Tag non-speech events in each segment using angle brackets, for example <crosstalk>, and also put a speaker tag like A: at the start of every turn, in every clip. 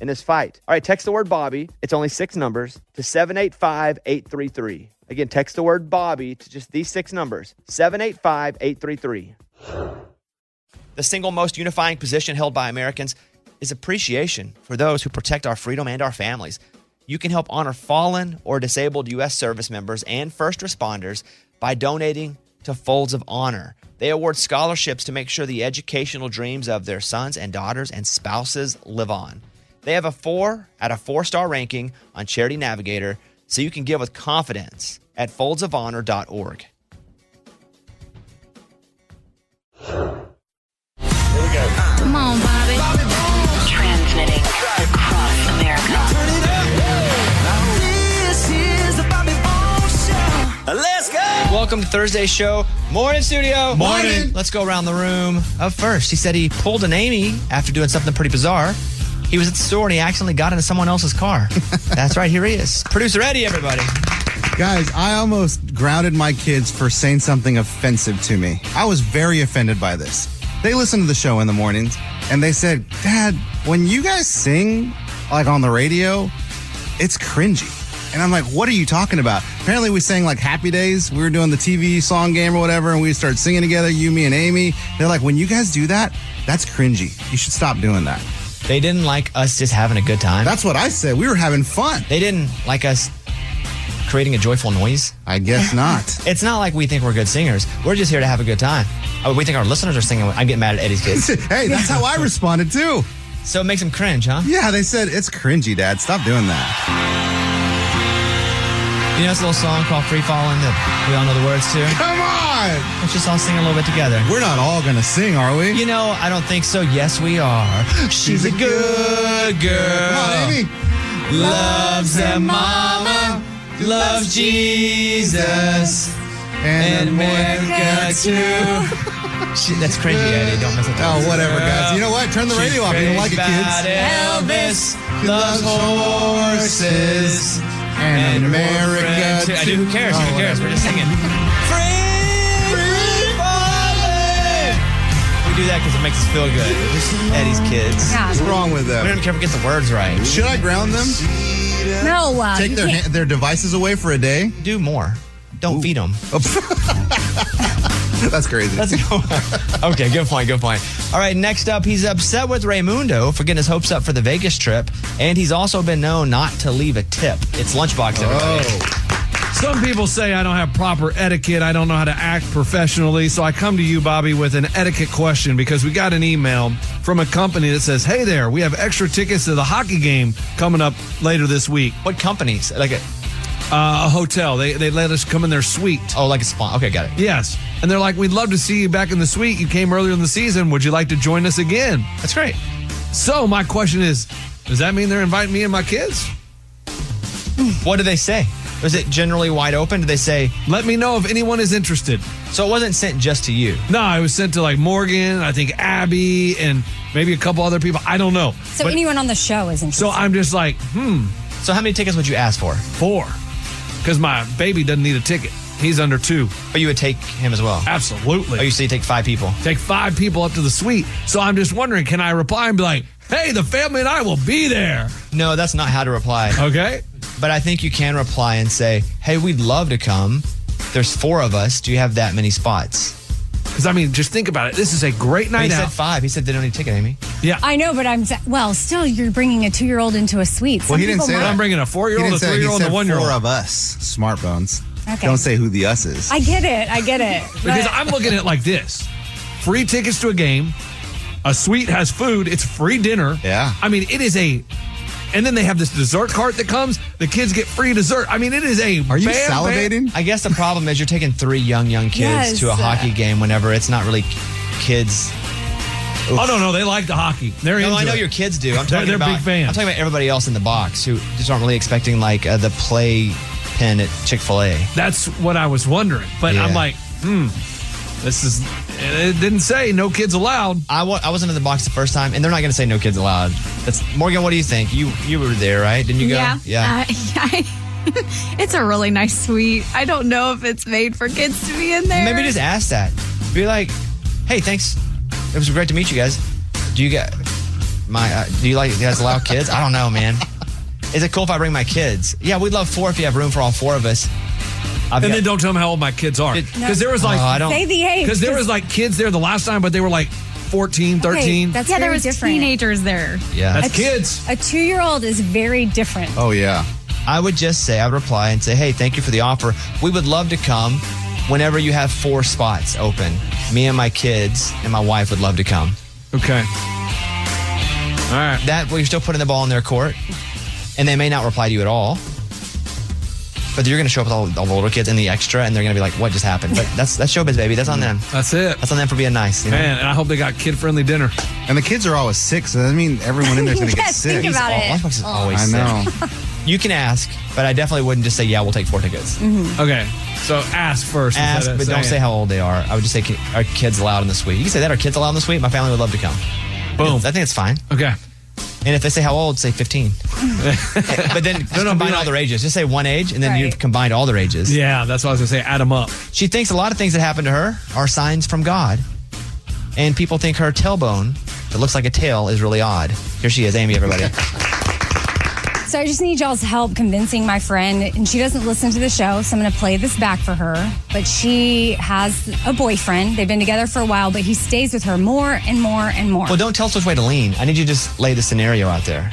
A: in this fight. All right, text the word Bobby. It's only six numbers to 785 833. Again, text the word Bobby to just these six numbers 785 833. The single most unifying position held by Americans is appreciation for those who protect our freedom and our families. You can help honor fallen or disabled U.S. service members and first responders by donating to Folds of Honor. They award scholarships to make sure the educational dreams of their sons and daughters and spouses live on. They have a four out of four star ranking on Charity Navigator, so you can give with confidence at foldsofhonor.org.
B: Come on, Bobby.
C: Transmitting across America.
B: This is the Bobby Bones Show.
D: Let's go.
A: Welcome to Thursday's show. Morning, studio.
D: Morning.
A: Let's go around the room. Up first, he said he pulled an Amy after doing something pretty bizarre. He was at the store and he accidentally got into someone else's
E: <laughs>
A: car. That's right, here he is. Producer Eddie, everybody.
E: Guys, I almost grounded my kids for saying something offensive to me. I was very offended by this. They listen to the show in the mornings and they said, Dad, when you guys sing like on the radio, it's cringy. And I'm like, what are you talking about? Apparently, we sang like Happy Days. We were doing the TV song game or whatever, and we started singing together, you, me, and Amy. They're like, when you guys do that, that's cringy. You should stop doing that.
A: They didn't like us just having a good time.
E: That's what I said. We were having fun.
A: They didn't like us creating a joyful noise.
E: I guess not.
A: It's not like we think we're good singers. We're just here to have a good time. Oh, we think our listeners are singing. I'm getting mad at Eddie's kids.
E: <laughs> hey, that's how I responded too.
A: so it makes them cringe, huh?
E: Yeah, they said it's cringy, Dad. Stop doing that.
A: You know this little song called Free Falling that we all know the words to?
E: Come on!
A: Let's just all sing a little bit together.
E: We're not all gonna sing, are we?
A: You know, I don't think so. Yes, we are. She's a good
E: Come on,
A: girl.
E: Amy.
A: Loves their mama. Loves Jesus. And America too.
E: <laughs>
A: She- that's cringy, Eddie. Don't mess with that.
E: Oh, whatever, guys. You know what? Turn the radio off. You don't like it, kids.
A: Elvis
E: She loves horses and America
A: I do.
E: too.
A: Who cares?
E: Oh,
A: Who cares? We're just singing. Free falling. We do that because it makes us feel good. Eddie's kids.
E: What's wrong with
A: We don't
E: them?
A: even care if we get the words right.
E: Should I ground them?
F: No, uh,
E: Take
F: you
E: their
F: can't-
E: ha- their devices away for a day? <laughs>
A: Do more. Don't feed them.
E: That's crazy.
A: Let's go. okay, good point, good point. All right, next up, he's upset with Raymundo for getting his hopes up for the Vegas trip, and he's also been known not to leave a tip. It's lunchbox, everybody.
E: Oh.
G: Some people say I don't have proper etiquette. I don't know how to act professionally. So I come to you, Bobby, with an etiquette question because we got an email from a company that says, Hey there, we have extra tickets to the hockey game coming up later this week.
A: What companies? Like a
G: Uh, a hotel. They, they let us come in their suite.
A: oh, like a spawn. Okay, got it.
G: Yes. And they're like, We'd love to see you back in the suite. You came earlier in the season. Would you like to join us again?
A: That's great.
G: So my question is, does that mean they're inviting me and my kids?
A: What do they say? Was it generally wide open? Did they say
G: Let me know if anyone is interested.
A: so? It wasn't sent just to you.
G: No, it was sent to like Morgan, I think Abby, and maybe a couple other people. I don't know.
F: so
G: But-
F: anyone on the show is interested.
G: so I'm just like hmm,
A: So how many tickets would you ask for?
G: four, because my baby doesn't need a ticket. He's under two.
A: But you would take him as well.
G: Absolutely.
A: Oh, you say you take five people.
G: Take five people up to the suite. So I'm just wondering, can I reply and be like, "Hey, the family and I will be there."
A: No, that's not how to reply.
G: Okay.
A: But I think you can reply and say, "Hey, we'd love to come. There's four of us. Do you have that many spots?"
G: Because I mean, just think about it. This is a great
A: He
G: night
A: said
G: out.
A: five. He said they don't need a ticket, Amy.
G: yeah.
F: I know, but I'm well. Still, you're bringing a two-year-old into a suite. Some
E: <laughs> Well, he didn't
F: people
E: say
F: might-
E: that.
G: I'm bringing a
E: He
G: four-year-old,
E: didn't
G: a
E: say that. He
G: three-year-old, and
E: said
G: a one-year-old.
E: four of us. Smartphones.
F: Okay.
E: Don't say who the us is.
F: I get it. I get it.
G: Because
F: but-
G: I'm looking at it like this: free tickets to a game, a suite has food, it's free dinner.
E: Yeah.
G: I mean, it is a. And then they have this dessert cart that comes. The kids get free dessert. I mean, it is a.
E: Are you
G: bam, bam-
E: salivating?
A: I guess the problem is you're taking three young, young kids
F: Yes.
A: to a hockey game whenever it's not really kids.
G: Oh no, no, they like the hockey. They're
A: No,
G: into
A: I know
G: it.
A: your kids do. I'm
G: They're-
A: talking
G: they're
A: about
G: big fans.
A: I'm talking about everybody else in the box who just aren't really expecting like uh, the play pen at Chick Fil A.
G: That's what I was wondering. But
A: Yeah.
G: I'm like, hmm, this is. and It didn't say no kids allowed.
A: I wa- I wasn't in the box the first time, and they're not going to say no kids allowed. That's Morgan. What do you think? You you were there, right? Didn't you go?
D: Yeah.
A: Yeah.
D: Uh,
H: <laughs>
D: I- it's a really nice suite. I don't know if it's made for kids to be in
H: Uh,
D: there.
A: Maybe just ask that. Be like, hey, thanks. It was great to meet you guys. Do you got my? Uh, do you like you guys allow kids? I don't know, man. Is it cool if I bring my kids? Yeah, we'd love four if you have room for all four of us. I've
G: And
A: got-
G: then don't tell them how old my kids are.
A: It-
G: Because there was like.
A: Oh, I don't.
F: say the age.
G: Because there was like kids there the last time, but they were like 14, 13.
F: Okay, that's
D: yeah, there
F: very
D: was
F: different.
D: teenagers there.
A: yeah.
G: That's kids.
F: A two-year-old is very different.
E: Oh yeah.
A: I would just say, I would reply and say, hey, thank you for the offer. We would love to come whenever you have four spots open. Me and my kids and my wife would love to come.
G: Okay. All right.
A: That way, you're still putting the ball in their court, and they may not reply to you at all. But you're going to show up with all, all the little kids and the extra, and they're going to be like, what just happened? But that's, that's showbiz, baby. That's on them.
G: That's it.
A: That's on them for being nice. You know?
G: Man, and I hope they got kid friendly dinner.
E: And the kids are always sick, so that means everyone in there's
F: <laughs>
E: gonna get
F: Yes, think
E: sick.
F: about
A: Oh,
F: it.
A: Lunchbox is always
E: I
A: sick.
E: know.
A: You can ask, but I definitely wouldn't just say, yeah, we'll take four tickets.
F: Mm-hmm.
G: Okay. So ask first.
A: ask,
G: instead of
A: but don't say
G: saying.
A: how old they are. I would just say, "Ki- are kids allowed in the suite? You can say that, are kids allowed in the suite? My family would love to come.
G: Boom.
A: I think it's fine.
G: Okay.
A: And if they say how old, say
G: <laughs>
A: 15. but then just combine
G: no, be
A: all
G: like-
A: their ages. Just say one age, and then you've
F: Right.
A: combined all their ages.
G: Yeah, that's what I was going to say. Add them up.
A: She thinks a lot of things that happen to her are signs from God. And people think her tailbone that looks like a tail is really odd. Here she is, Amy,
G: <laughs>
A: everybody.
F: So I just need y'all's help convincing my friend, and she doesn't listen to the show, so I'm going to play this back for her. But she has a boyfriend. They've been together for a while, but he stays with her more and more and more.
A: well, don't tell us which way to lean. I need you to just lay the scenario out there.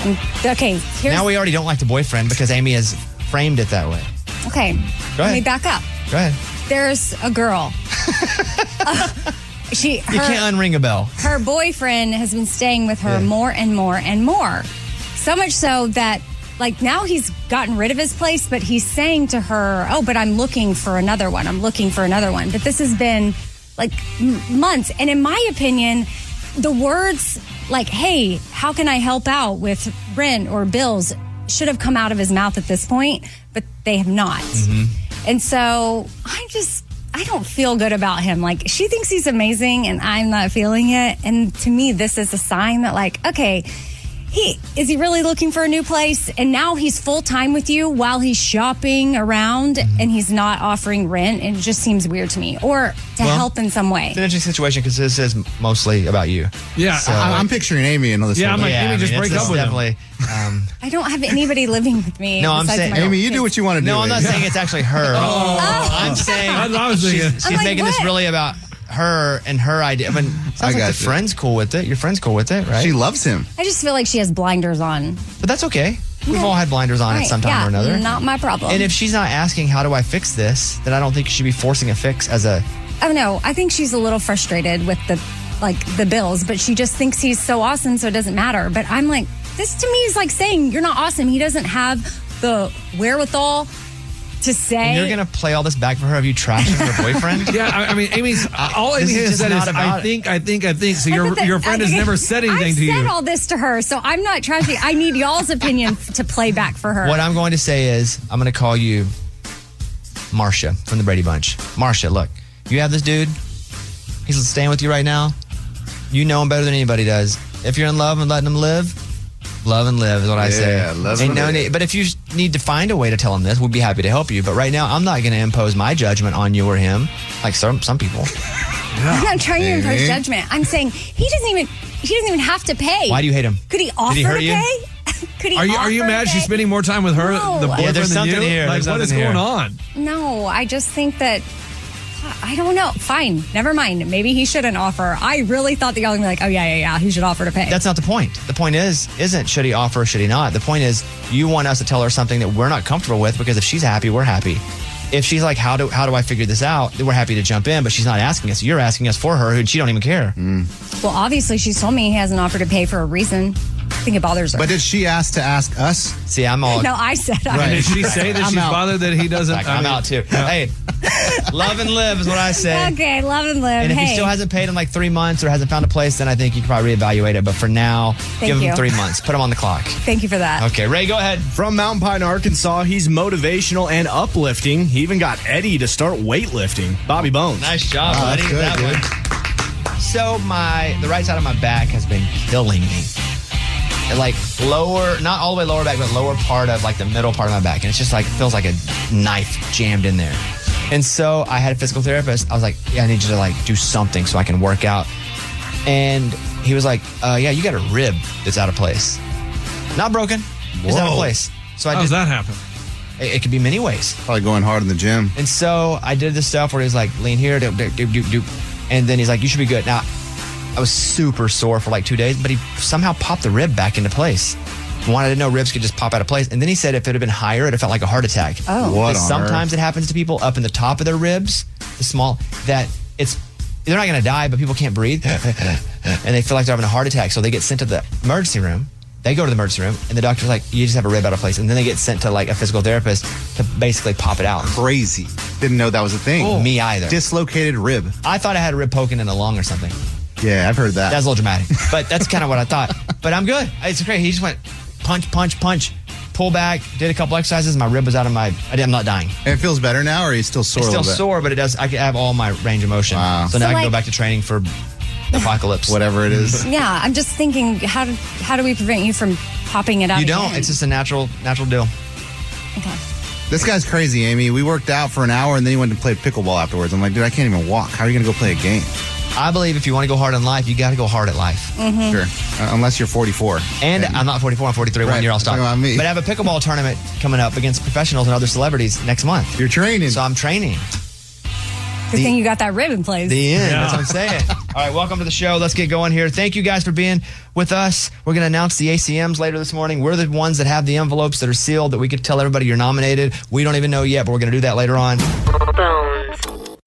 F: okay, here's
A: Now we already don't like the boyfriend because Amy has framed it that way.
F: okay.
A: Go
F: Let me
A: ahead.
F: back up.
A: Go ahead.
F: There's
A: <laughs>
F: a girl. Uh, she her,
A: You can't unring a bell.
F: her boyfriend has been staying with her
A: Yeah.
F: more and more and more. So much so that like now he's gotten rid of his place, but he's saying to her, "Oh, but I'm looking for another one. I'm looking for another one." But this has been like m- months, and in my opinion, the words like, "Hey, how can I help out with rent or bills?" should have come out of his mouth at this point, but they have not.
A: Mm-hmm.
F: And so I'm just, I don't feel good about him. Like, she thinks he's amazing and I'm not feeling it. And to me, this is a sign that, like, okay, he is he really looking for a new place? And now he's full time with you while he's shopping around
A: Mm-hmm.
F: and he's not offering rent. And it just seems weird to me or to
A: Well,
F: help in some way.
A: It's an interesting situation because this is mostly about you.
G: Yeah.
A: So-
E: I- I'm picturing Amy and all this.
G: Yeah,
E: whole
G: I'm
E: thing.
G: like, Amy, just
A: it's-
G: break
A: it's
G: up with him.
A: definitely, Um,
G: <laughs>
F: I don't have anybody living with me.
A: No, I'm
F: besides
A: saying-
F: my
E: Amy, you do what you want to do.
A: no, I'm not
E: Amy.
A: saying it's actually
G: <laughs>
A: her.
G: Oh.
F: Oh.
A: I'm saying
G: That's what I was thinking.
A: she's
F: I'm like,
A: making this
F: what?
A: really about her and her idea. I mean, sounds like
E: got
A: the
E: you.
A: friend's cool with it. Your friend's cool with it, right?
E: She loves him.
F: <laughs> I just feel like she has blinders on.
A: but that's okay. We've
F: Yeah.
A: all had blinders on
F: Right,
A: at some time
F: yeah,
A: or another.
F: Not my problem.
A: and if she's not asking, how do I fix this? Then I don't think you should be forcing a fix as a.
F: Oh no, I think she's a little frustrated with the like the bills, but she just thinks he's so awesome, so it doesn't matter. But I'm like, this to me is like saying you're not awesome. He doesn't have the wherewithal to say.
A: You're gonna play all this back for her. Have you trashing her
G: <laughs>
A: boyfriend? <laughs>
G: Yeah, I, I mean, Amy's all Amy
A: This is
G: has
A: just
G: said is,
A: not about
G: "I
A: it.
G: think, I think, I think." So
F: But
G: your
F: the-
G: your friend
F: I-
G: has
F: <laughs>
G: never said anything
F: I've
G: to
F: said
G: you.
F: all this to her, so I'm not trashy. I need y'all's opinion to play back for her.
A: What I'm going to say is, I'm going to call you Marcia from the Brady Bunch. Marcia, look, you have this dude. He's staying with you right now. You know him better than anybody does. If you're in love and letting him live, love and live is what I say.
E: Yeah, love
A: Ain't
E: and
A: no
E: live.
A: need- But if you s- need to find a way to tell him this, we'd be happy to help you. But right now, I'm not going to impose my judgment on you or him, like some some people.
F: I'm not trying to impose
E: Amy?
F: judgment. I'm saying he doesn't even he doesn't even have to pay.
A: Why do you hate him?
F: Could he offer
A: Did he hurt
F: to
A: you?
F: pay? <laughs> Could he
G: Are you are you
F: offer to
G: mad she's
F: pay?
G: spending more time with her,
F: No.
G: the
F: Yeah,
G: boyfriend
A: there's
G: than
A: something
G: you?
A: here.
G: Like,
A: There's
G: what is
A: something
G: going
A: here.
G: on?
F: No, I just think that I don't know. Fine. Never mind. Maybe he shouldn't offer. I really thought that y'all would be like, oh, yeah, yeah, yeah. He should offer to pay.
A: That's not the point. The point is, isn't should he offer or should he not? The point is, you want us to tell her something that we're not comfortable with because if she's happy, we're happy. If she's like, how do how do I figure this out? Then we're happy to jump in, but she's not asking us. You're asking us for her, and she don't even care.
F: well, obviously, she's told me he hasn't offered to pay for a reason. I think it bothers her.
E: But did she ask to ask us?
A: See, I'm all
F: <laughs> no, I said I
G: Did she say
A: <laughs>
G: that
E: I'm
G: she's
E: out.
G: bothered that he doesn't?
A: like, I'm
G: mean,
A: out too. Hey, love and live is what I say.
F: Okay, love and live.
A: And if
F: hey.
A: he still hasn't paid in like three months or hasn't found a place, then I think you can probably reevaluate it. But for now, give him
F: you.
A: three months. Put him on the clock.
F: Thank you for that.
A: Okay, Ray, go ahead.
I: From Mountain Pine, Arkansas, he's motivational and uplifting. He even got Eddie to start weightlifting. Bobby Bones.
A: Nice job, buddy.
E: Ah, that's good,
A: that one. So my the right side of my back has been killing me. And, Like lower, not all the way lower back, but lower part of like the middle part of my back, and it's just like feels like a knife jammed in there. And so I had a physical therapist. I was like, yeah, I need you to like do something so I can work out. And he was like, uh, yeah, you got a rib that's out of place, not broken, it's out of
E: Whoa.
A: place. So I
G: How
A: did.
G: does that happen?
A: It, it could be many ways.
E: Probably going hard in the gym.
A: And so I did this stuff where he's like, lean here, doop, doop, doop, doop, doop. And then he's like, you should be good. Now, I was super sore for like two days, but he somehow popped the rib back into place. Wanted to know ribs could just pop out of place. And then he said if it had been higher, it'd have felt like a heart attack.
F: Oh.
E: What
A: Because
E: on
A: sometimes it happens to people up in the top of their ribs, the small, that it's, they're not going to die, but people can't
E: <laughs>
A: breathe. and they feel like they're having a heart attack. So they get sent to the emergency room. They go to the emergency room, and the doctor's like, you just have a rib out of place. And then they get sent to like a physical therapist to basically pop it out.
E: Crazy. Didn't know that was a thing.
A: Me either.
E: Oh. Dislocated rib.
A: I thought I had a rib poking in the lung or something.
E: Yeah, I've heard that.
A: That's a little dramatic, but that's kind of what I thought. But I'm good. It's great. He just went punch, punch, punch, pull back, did a couple exercises. My rib was out of my. I did, I'm not dying.
E: and it feels better now, or are you still sore?
A: It's
E: a
A: still
E: little bit?
A: sore, but it does. I can have all my range of motion.
E: Wow.
A: So now
F: So
A: I can go
F: like-
A: back to training for apocalypse.
E: Whatever it is. <laughs>
F: Yeah, I'm just thinking, how do how do we prevent you from popping it out?
A: You don't.
F: again?
A: It's just a natural, natural deal.
F: Okay.
E: This guy's crazy, Amy. We worked out for an hour and then he went to play pickleball afterwards. I'm like, dude, I can't even walk. How are you going to go play a game?
A: I believe if you want to go hard in life, you got to go hard at life.
F: Mm-hmm.
E: Sure. Uh, unless you're 44.
A: And I'm not 44, I'm 43. One
E: Right.
A: year I'll stop.
E: Talking about me.
A: But I have a pickleball tournament coming up against professionals and other celebrities next month.
E: You're training.
A: So I'm training.
F: Good thing you got that ribbon place.
A: The end. That's what I'm saying. All right, welcome to the show. Let's get going here. Thank you guys for being with us. We're going to announce the ACMs later this morning. We're the ones that have the envelopes that are sealed that we could tell everybody you're nominated. We don't even know yet, but we're going to do that later on.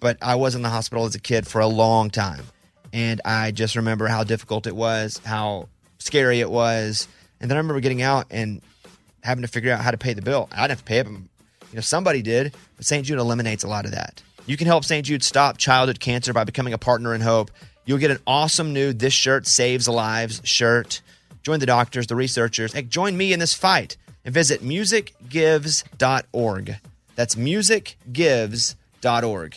A: but I was in the hospital as a kid for a long time. And I just remember how difficult it was, how scary it was. And then I remember getting out and having to figure out how to pay the bill. I didn't have to pay it, but you know, somebody did. But St. Jude eliminates a lot of that. You can help St. Jude stop childhood cancer by becoming a partner in hope. You'll get an awesome new This Shirt Saves Lives shirt. Join the doctors, the researchers, and join me in this fight and visit musicgives.org. That's musicgives.org.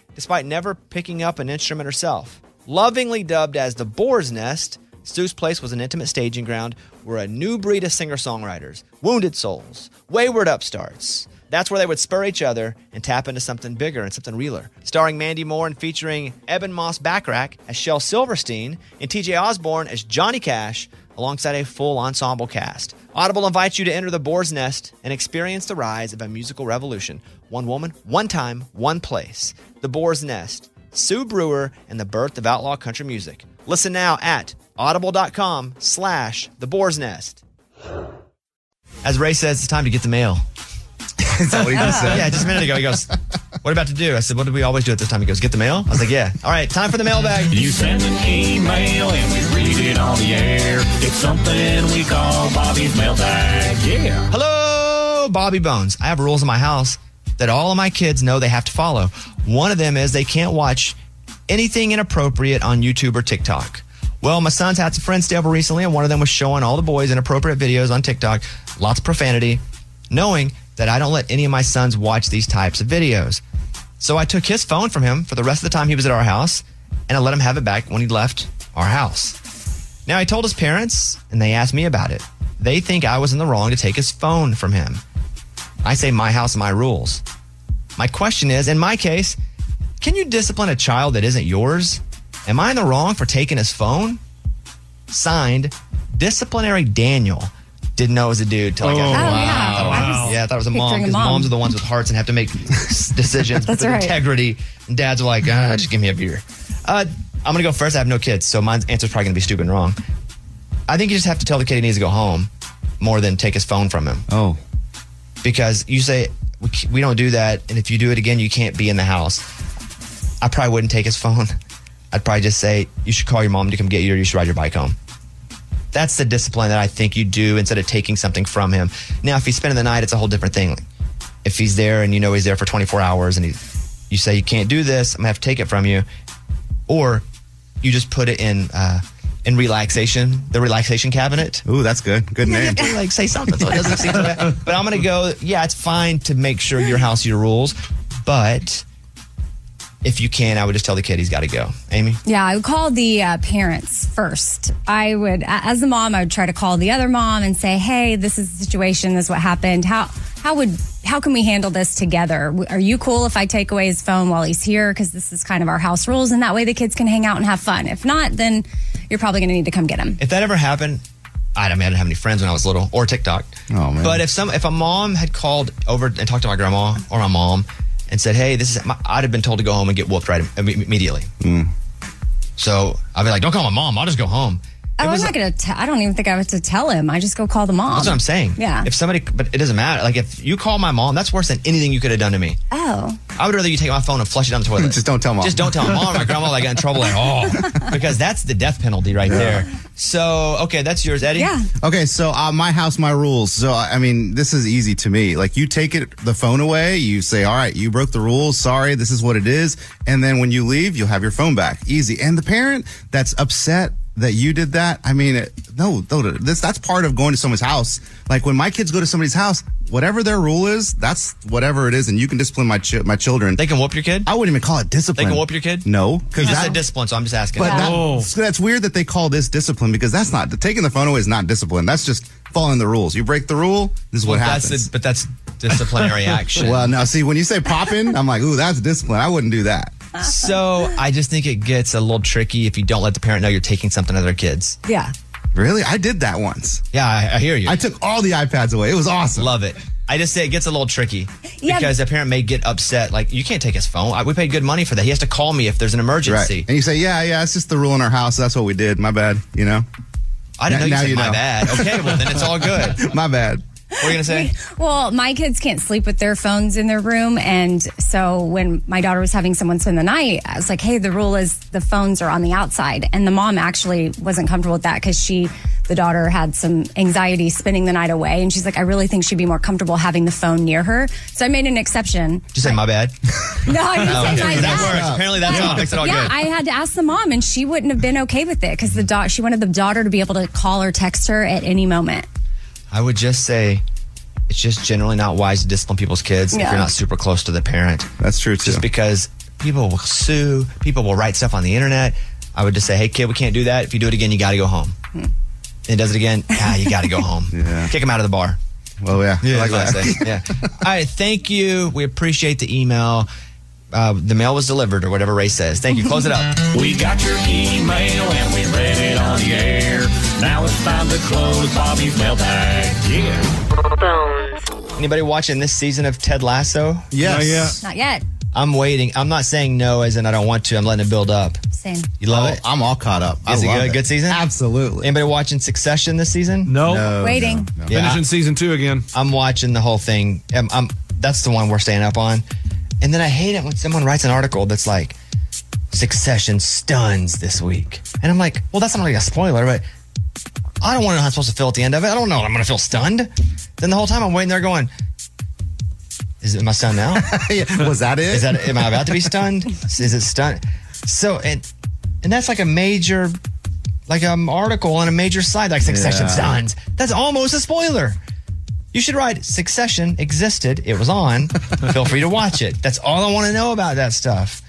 A: despite never picking up an instrument herself. Lovingly dubbed as the Boar's Nest, Stu's Place was an intimate staging ground where a new breed of singer songwriters, wounded souls, wayward upstarts, That's where they would spur each other and tap into something bigger and something realer. Starring Mandy Moore and featuring Eben Moss Backrack as Shel Silverstein and TJ Osborne as Johnny Cash, alongside a full ensemble cast. Audible invites you to enter the boar's nest and experience the rise of a musical revolution. One woman, one time, one place. The boar's nest, Sue Brewer, and the birth of outlaw country music. Listen now at audible.com slash the boar's nest. As Ray says, it's time to get the mail.
E: Is <laughs> that what he just said?
A: Yeah, just a minute ago, he goes, What about to do? I said, What do we always do at this time? He goes, Get the mail? I was like, Yeah. All right, time for the mailbag.
J: You send an email and we read it on the air. It's something we call Bobby's mailbag. Yeah.
A: Hello, Bobby Bones. I have rules in my house that all of my kids know they have to follow. One of them is they can't watch anything inappropriate on YouTube or TikTok. Well, my sons had some friends stay over recently, and one of them was showing all the boys inappropriate videos on TikTok, lots of profanity, knowing that I don't let any of my sons watch these types of videos. So I took his phone from him for the rest of the time he was at our house, and I let him have it back when he left our house. Now, he told his parents, and they asked me about it. They think I was in the wrong to take his phone from him. I say, my house, my rules. My question is in my case, can you discipline a child that isn't yours? Am I in the wrong for taking his phone? Signed, Disciplinary Daniel. Didn't know it was a dude till I got
F: Oh,
A: home.
F: yeah.
A: I thought it was-
F: I was
A: yeah, I thought it was a mom
F: picturing a
A: because
F: mom.
A: moms are the ones with hearts and have to make
F: <laughs>
A: decisions
F: That's
A: with
F: right.
A: integrity. And dads are like, ah, just give me a beer. Uh, I'm gonna go first. I have no kids, so my answer's probably gonna be stupid and wrong. I think you just have to tell the kid he needs to go home more than take his phone from him
E: Oh.
A: because you say we, c- we don't do that, and if you do it again, you can't be in the house. I probably wouldn't take his <laughs> phone. I'd probably just say you should call your mom to come get you, or you should ride your bike home. That's the discipline that I think you do instead of taking something from him. Now, if he's spending the night, it's a whole different thing. If he's there and you know he's there for 24 hours, and he, you say you can't do this, I'm gonna have to take it from you, or you just put it in uh, in relaxation, the relaxation cabinet
E: Ooh, that's good.
A: <laughs>
E: Good name.
A: to, like say something so it doesn't seem so bad. But I'm gonna go. Yeah, it's fine to make sure your house, your rules. But if you can, I would just tell the kid he's got to go. Amy,
F: Yeah, I would call the uh, parents first. I would, a- as the mom, I would try to call the other mom and say, "Hey, this is the situation. This is what happened. How how would how can we handle this together? W- Are you cool if I take away his phone while he's here? Because this is kind of our house rules, and that way the kids can hang out and have fun. If not, then you're probably going to need to come get him.
A: if that ever happened, I, I mean, I didn't have any friends when I was little or TikTok.
E: Oh, man.
A: But if some, if a mom had called over and talked to my grandma or my mom and said, "Hey, this is," my, I'd have been told to go home and get whooped right im- immediately.
E: Hmm.
A: So I'd be like, "Don't call my mom. I'll just go home."
F: Oh,
A: It
F: I'm
A: was-
F: not going to. I don't even think I have to tell him. I just go call the mom.
A: That's what I'm saying.
F: Yeah.
A: If somebody, but it doesn't matter. Like if you call my mom, that's worse than anything you could have done to me.
F: oh,
A: I would rather you take my phone and flush it down the toilet.
E: <laughs> Just don't tell mom.
A: Just don't tell mom or my grandma that I got in trouble at
E: <laughs>
A: all. Because that's the death penalty right there. So, okay, that's yours, Eddie.
F: yeah.
E: Okay, so uh, my house, my rules. So I I mean, this is easy to me. Like you take it the phone away, you say, "All right, you broke the rules. Sorry, this is what it is." And then when you leave, you'll have your phone back. Easy. And the parent that's upset that you did that, I mean, it, no, no, this that's part of going to someone's house. Like when my kids go to somebody's house, whatever their rule is, that's whatever it is, and you can discipline my chi- my children.
A: They can whoop your kid?
E: I wouldn't even call it discipline.
A: They can whoop your kid?
E: No,
A: You
E: because
A: just
E: that
A: said discipline, so I'm just asking.
E: but that-
G: Oh.
E: so that's weird that they call this discipline because that's not taking the phone away is not discipline. That's just following the rules. You break the rule, this is what
A: But that's,
E: happens.
A: the- but that's
E: <laughs>
A: disciplinary action.
E: well, now see when you say popping, I'm like, ooh, that's discipline. I wouldn't do that.
A: Uh. so I just think it gets a little tricky if you don't let the parent know you're taking something to their kids.
F: Yeah.
E: Really, I did that once.
A: Yeah, I, I hear you.
E: I took all the iPads away. It was awesome.
A: Love it. I just say it gets a little tricky
F: Yeah.
A: because a parent may get upset. Like, you can't take his phone. I, we paid good money for that. He has to call me if there's an
E: right?
A: emergency.
E: And you say, yeah, yeah, it's just the rule in our house. That's what we did. My bad. You know,
A: I didn't
E: Now-
A: know you said
E: now you
A: my
E: know.
A: bad. Okay, well, then it's all
E: <laughs>
A: good. What
E: my bad.
A: are you going to say?
F: Well, my kids can't sleep with their phones in their room. And so when my daughter was having someone spend the night, I was like, hey, the rule is the phones are on the outside. And the mom actually wasn't comfortable with that because she, the daughter, had some anxiety spending the night away. And she's like, I really think she'd be more comfortable having the phone near her. So I made an exception. <laughs>
A: Just say my bad.
F: No, I didn't say my
A: that
F: dad.
A: works. Apparently that's all. Makes it all
F: yeah,
A: good.
F: I had to ask the mom, and she wouldn't have been okay with it because the da- she wanted the daughter to be able to call or text her at any moment.
A: I would just say it's just generally not wise to discipline people's kids if
F: Yeah.
A: you're not super close to the parent.
E: That's true too.
A: Just because people will sue, people will write stuff on the internet. I would just say, hey, kid, we can't do that.
F: Hmm.
A: If you do it again, you got to go home. And it does it again, ah, you got to go home.
E: <laughs> Yeah.
A: Kick him out of the bar.
E: Well, yeah. I
A: Yeah,
E: like that. <laughs>
A: yeah. All right. Thank you. We appreciate the email. Uh, the mail was delivered, or whatever Ray says. Thank you. Close it up.
J: We got your email and we read it on the air. Now it's time to close Bobby's mailbag. Yeah.
A: Anybody watching this season of Ted Lasso?
E: Yes.
F: Not yet.
A: I'm waiting. I'm not saying no, as in I don't want to. I'm letting it build up.
F: Same.
A: You love it.
E: Oh, I'm all caught up. I
A: Is it
E: love
A: good? Good season?
E: Absolutely. Oh,
A: Anybody watching Succession this season?
G: No.
E: No,
F: Waiting.
E: no, no.
A: Yeah.
G: Finishing season two again.
A: I'm watching the whole thing. I'm, I'm- that's the one we're staying up on. And then I hate it when someone writes an article that's like, Succession stuns this week. And I'm like, well, that's not really a spoiler, but I don't want to know how I'm supposed to feel at the end of it. I don't know. I'm going to feel stunned. Then the whole time I'm waiting there going, is it my son now?
E: <laughs> Yeah. Was that it?
A: Is that am I about to be stunned? Is it stunned? So and and that's like a major like an article on a major site like Succession
E: Yeah.
A: stuns. That's almost a spoiler. You should write Succession existed. It was
E: <laughs>
A: on. Feel free to watch it. That's all I want to know about that stuff.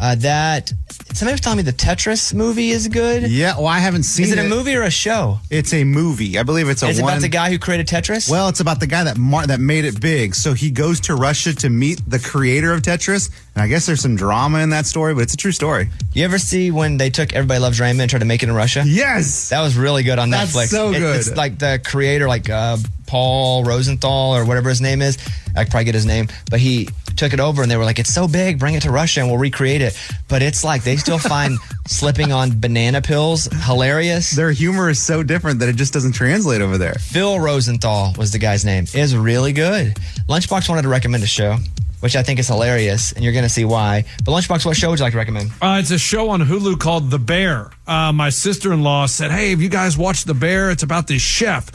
A: Uh, that somebody was telling me the Tetris movie is good.
E: Yeah. Well, I haven't seen
A: Is it a movie or a show?
E: It's a movie. I believe it's a
A: Is it
E: one.
A: about the guy who created Tetris?
E: Well, it's about the guy that mar- that made it big. So he goes to Russia to meet the creator of Tetris, and I guess there's some drama in that story, but it's a true story.
A: you ever see when they took Everybody Loves Raymond and tried to make it in Russia?
E: Yes.
A: That was really good on
E: That's
A: Netflix.
E: so
A: It-
E: good.
A: it's like the creator, like uh, Paul Rosenthal or whatever his name is. I could probably get his name, but he took it over and they were like, "It's so big, bring it to Russia and we'll recreate it." But it's like they still find
E: <laughs>
A: slipping on banana pills hilarious.
E: Their humor is so different that it just doesn't translate over there.
A: Phil Rosenthal was the guy's name. Is really good. Lunchbox wanted to recommend a show, which I think is hilarious, and you're going to see why. But Lunchbox, what show would you like to recommend?
G: Uh, it's a show on Hulu called The Bear. Uh, my sister in law said, Hey, have you guys watched The Bear? It's about this chef.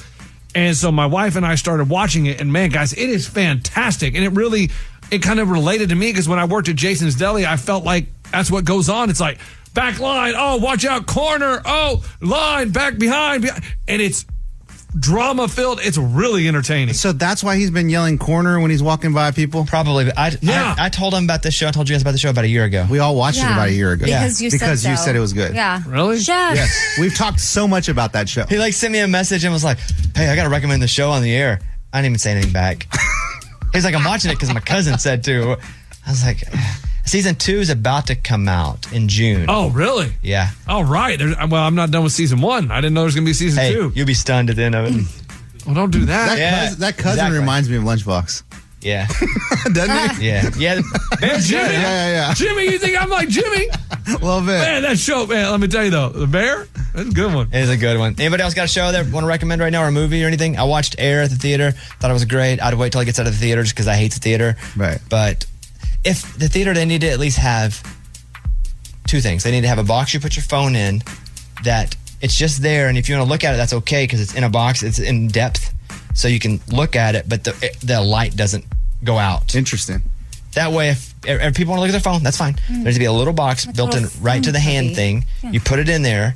G: And so my wife and I started watching it. And man, guys, it is fantastic. And it really, it kind of related to me because when I worked at Jason's Deli, I felt like that's what goes on. It's like back line. Oh, watch out, corner. Oh, line, back behind. behind. And it's drama filled. It's really entertaining.
E: So that's why he's been yelling corner when he's walking by people.
A: Probably. I, I-
G: Yeah.
A: I, told him about this show. I told you guys about the show about a year ago.
E: We all watched it about a year ago
F: Because you
E: because
F: said
E: you
F: so.
E: said it was good.
F: Yeah.
G: Really?
F: Chef.
E: Yes. We've talked so much about that show.
A: He like sent me a message and was like, "Hey, I gotta recommend the show on the air." I didn't even say anything
G: <laughs>
A: back. He's like, "I'm watching it because my cousin said to." I was like, "Season two is about to come out in June."
G: Oh, really?
A: Yeah.
G: All right. There's, well, I'm not done with season one. I didn't know there was going to be season
A: Hey,
G: two.
A: you'll be stunned at the end of
G: <laughs>
A: it.
G: Well, don't do that.
E: That,
A: Yeah,
E: cousin, that cousin
A: exactly.
E: reminds me of Lunchbox, <laughs>
A: Yeah,
E: doesn't
A: <laughs>
E: he?
A: yeah, yeah. Bear's
G: Jimmy,
A: good, huh?
E: Yeah, yeah,
G: Jimmy, you think I'm like <laughs> Jimmy?
E: yeah. Love it.
G: Man, that show, man. Let me tell you though, the bear, that's a good one.
A: It is a good one. Anybody else got a show that want to recommend right now or a movie or anything? I watched Air at the theater. Thought it was great. I'd wait till it gets out of the theater just because I hate the theater.
E: Right.
A: But if the theater, they need to at least have two things. They need to have a box you put your phone in that it's just there, and if you want to look at it, that's okay because it's in a box. It's in depth, so you can look at it, but the it- the light doesn't go out.
E: Interesting.
A: That way, if, if people want to look at their phone, that's fine. There needs to be a little box built in
F: little
A: right to the
F: phone
A: hand
F: cubby.
A: thing. You put it in there,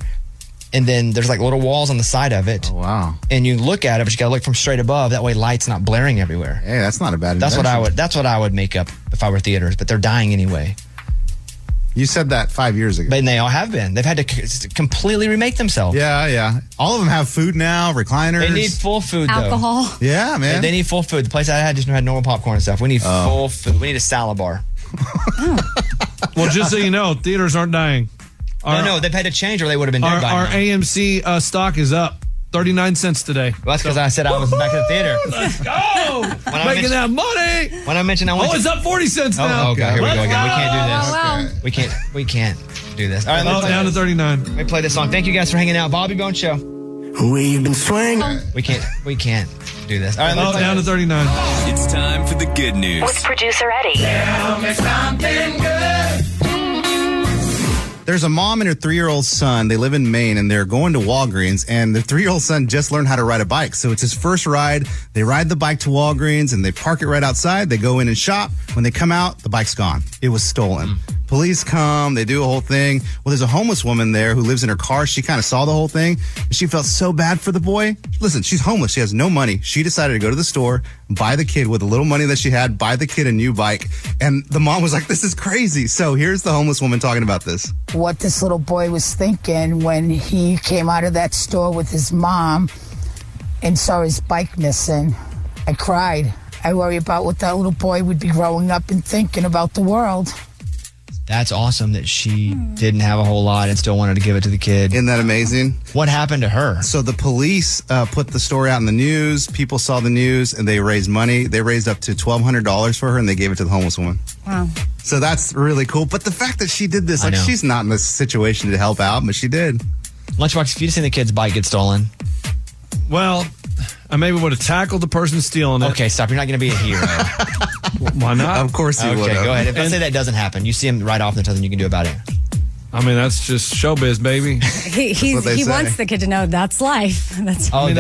A: and then there's like little walls on the side of it,
E: Oh, Wow.
A: and you look at it, but you gotta look from straight above. That way, light's not blaring everywhere.
E: Hey, that's not a bad.
A: That's what I
E: invention.
A: would. That's what I would make up if I were theaters, but they're dying anyway.
E: You said that five years ago.
A: But they all have been. They've had to c- completely remake themselves.
E: Yeah, yeah. All of them have food now, recliners.
A: They need full food though.
F: Alcohol.
E: yeah, man.
A: They need full food. The place I had just had normal popcorn and stuff. We need
E: Oh.
A: full food. We need a salad bar.
G: Well, just so you know, theaters aren't dying.
A: No,
G: Our,
A: no, they've had to change or they would have been dead
G: our,
A: by
G: our
A: now.
G: AMC uh, stock is up 39 cents today.
A: Well, that's because I said I was back at the theater.
G: Let's <laughs> go,
A: I
G: making
A: mentioned-
G: that money.
A: When I mentioned I went
G: Oh,
A: to-
G: it's up 40 cents now.
A: Oh, oh God, here we go
G: Let's
A: again. We can't do this.
F: Oh, Wow.
A: We can't. We can't do this. All right, let me,
G: Oh,
A: play
G: down to
A: this.
G: 39.
A: let me play this song. Thank you guys for hanging out. Bobby Bone Show.
J: We've been swinging.
A: We can't. We can't do this. All right,
G: Oh,
A: let's
G: down to 39.
K: It's time for the good news.
C: With producer Eddie.
E: There's a mom and her three year old son. They live in Maine and they're going to Walgreens. And the three year old son just learned how to ride a bike. So it's his first ride. They ride the bike to Walgreens and they park it right outside. They go in and shop. When they come out, the bike's gone. It was stolen. Police come, they do a whole thing. Well, there's a homeless woman there who lives in her car. She kind of saw the whole thing. and She felt so bad for the boy. Listen, she's homeless. She has no money. She decided to go to the store, buy the kid with a little money that she had, buy the kid a new bike. And the mom was like, this is crazy. So here's the homeless woman talking about this.
L: what this little boy was thinking when he came out of that store with his mom and saw his bike missing. I cried. I worry about what that little boy would be growing up and thinking about the world.
A: That's awesome that she didn't have a whole lot and still wanted to give it to the kid.
E: Isn't that amazing?
A: What happened to her?
E: So the police uh, put the story out in the news. People saw the news and they raised money. They raised up to twelve hundred dollars for her and they gave it to the homeless woman.
F: Wow.
E: So that's really cool. But the fact that she did this,
A: I
E: like
A: know.
E: she's not in this situation to help out, but she did.
A: Lunchbox, if you'd seen the kid's bike get stolen.
G: Well, I maybe would have tackled the person stealing it.
A: Okay, stop. You're not going
J: <laughs>
A: to be a hero.
G: Why not? Of
E: course
A: okay, go
E: <laughs>
A: ahead. If I
G: And-
A: say that doesn't happen, you see him right off, and there's nothing you can do about it.
G: I mean, that's just showbiz, <laughs> baby.
F: He, he's,
G: what they
F: he
G: say.
F: wants the kid to know that's life. <laughs> That's
A: Oh,
E: Oh,
G: I mean,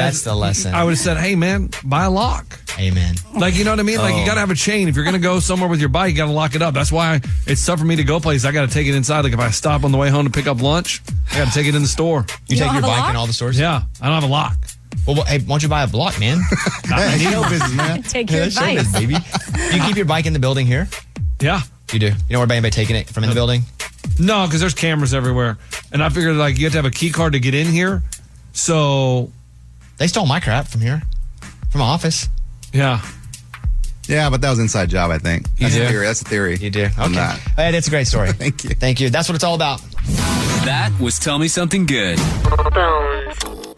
G: I would have said, hey, man, buy a lock.
A: Amen.
G: Like, you know what I mean? Like,
A: Oh.
G: you got to have a chain. If you're going to go somewhere with your bike, you got to lock it up. That's why it's tough for me to go places. I got to take it inside. Like, if I stop on the way home to pick up lunch, I got to take it in the store.
A: You You take don't your have a bike in lock? all the stores?
G: Yeah. I don't have a lock.
A: Well, hey, why don't you buy a block, man?
G: <laughs> Hey,
E: business, man.
F: Take your
A: Yeah, that's showbiz,
F: advice.
A: baby.
E: <laughs>
A: Do you keep your bike in the building here?
G: Yeah.
A: You do? You don't worry about anybody taking it from in the building?
G: No, because there's cameras everywhere. And I figured, like, you have to have a key card to get in here. So.
A: They stole my crap from here, from my office.
G: Yeah.
E: Yeah, but that was an inside job, I think.
A: You
E: That's a
A: do?
E: theory. That's a theory.
A: You do. Okay.
E: I'm not.
A: Hey, that's a great story.
E: <laughs> Thank you.
A: Thank you. That's what it's all about.
K: That was Tell Me Something Good.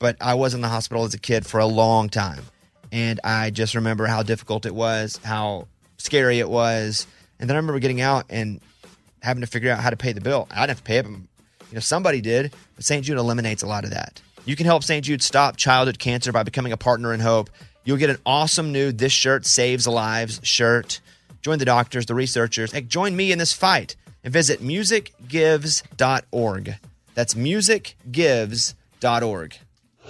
A: but I was in the hospital as a kid for a long time. And I just remember how difficult it was, how scary it was. And then I remember getting out and having to figure out how to pay the bill. I didn't have to pay it, but you know, somebody did. But St. Jude eliminates a lot of that. You can help St. Jude stop childhood cancer by becoming a partner in hope. You'll get an awesome new This Shirt Saves Lives shirt. Join the doctors, the researchers, and join me in this fight and visit musicgives.org. That's musicgives.org.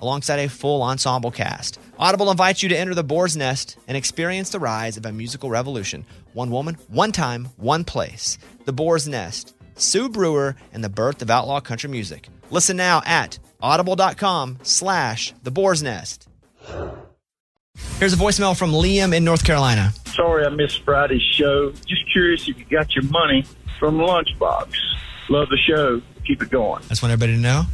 A: alongside a full ensemble cast. Audible invites you to enter the boar's nest and experience the rise of a musical revolution. One woman, one time, one place. The boar's nest, Sue Brewer, and the birth of outlaw country music. Listen now at audible.com slash the boar's nest. Here's a voicemail from Liam in North Carolina.
M: Sorry I missed Friday's show. Just curious if you got your money from Lunchbox. Love the show. Keep it going.
A: That's when everybody to know.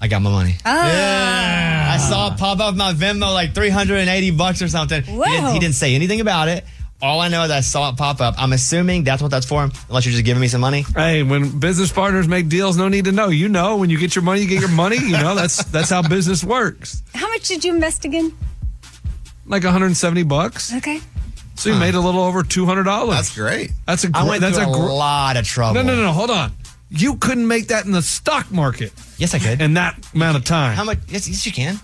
A: I got my money. Yeah. I saw it pop up my Venmo like 380 bucks or something. He didn't, he didn't say anything about it. All I know is I saw it pop up. I'm assuming that's what that's for, unless you're just giving me some money.
G: Hey, when business partners make deals, no need to know. You know, when you get your money, you get your money. You know, that's that's how business works.
F: How much did you invest again?
G: Like 170 bucks.
F: Okay.
G: So you made a little over two hundred dollars. That's
E: great. <laughs>
G: That's a gr-
A: I went
G: that's
A: through a
G: gr-
A: lot of trouble.
G: No, no, no, no. Hold on. You couldn't make that in the stock market.
A: Yes, I could.
G: In that amount of time.
A: How much? Yes, yes, you can.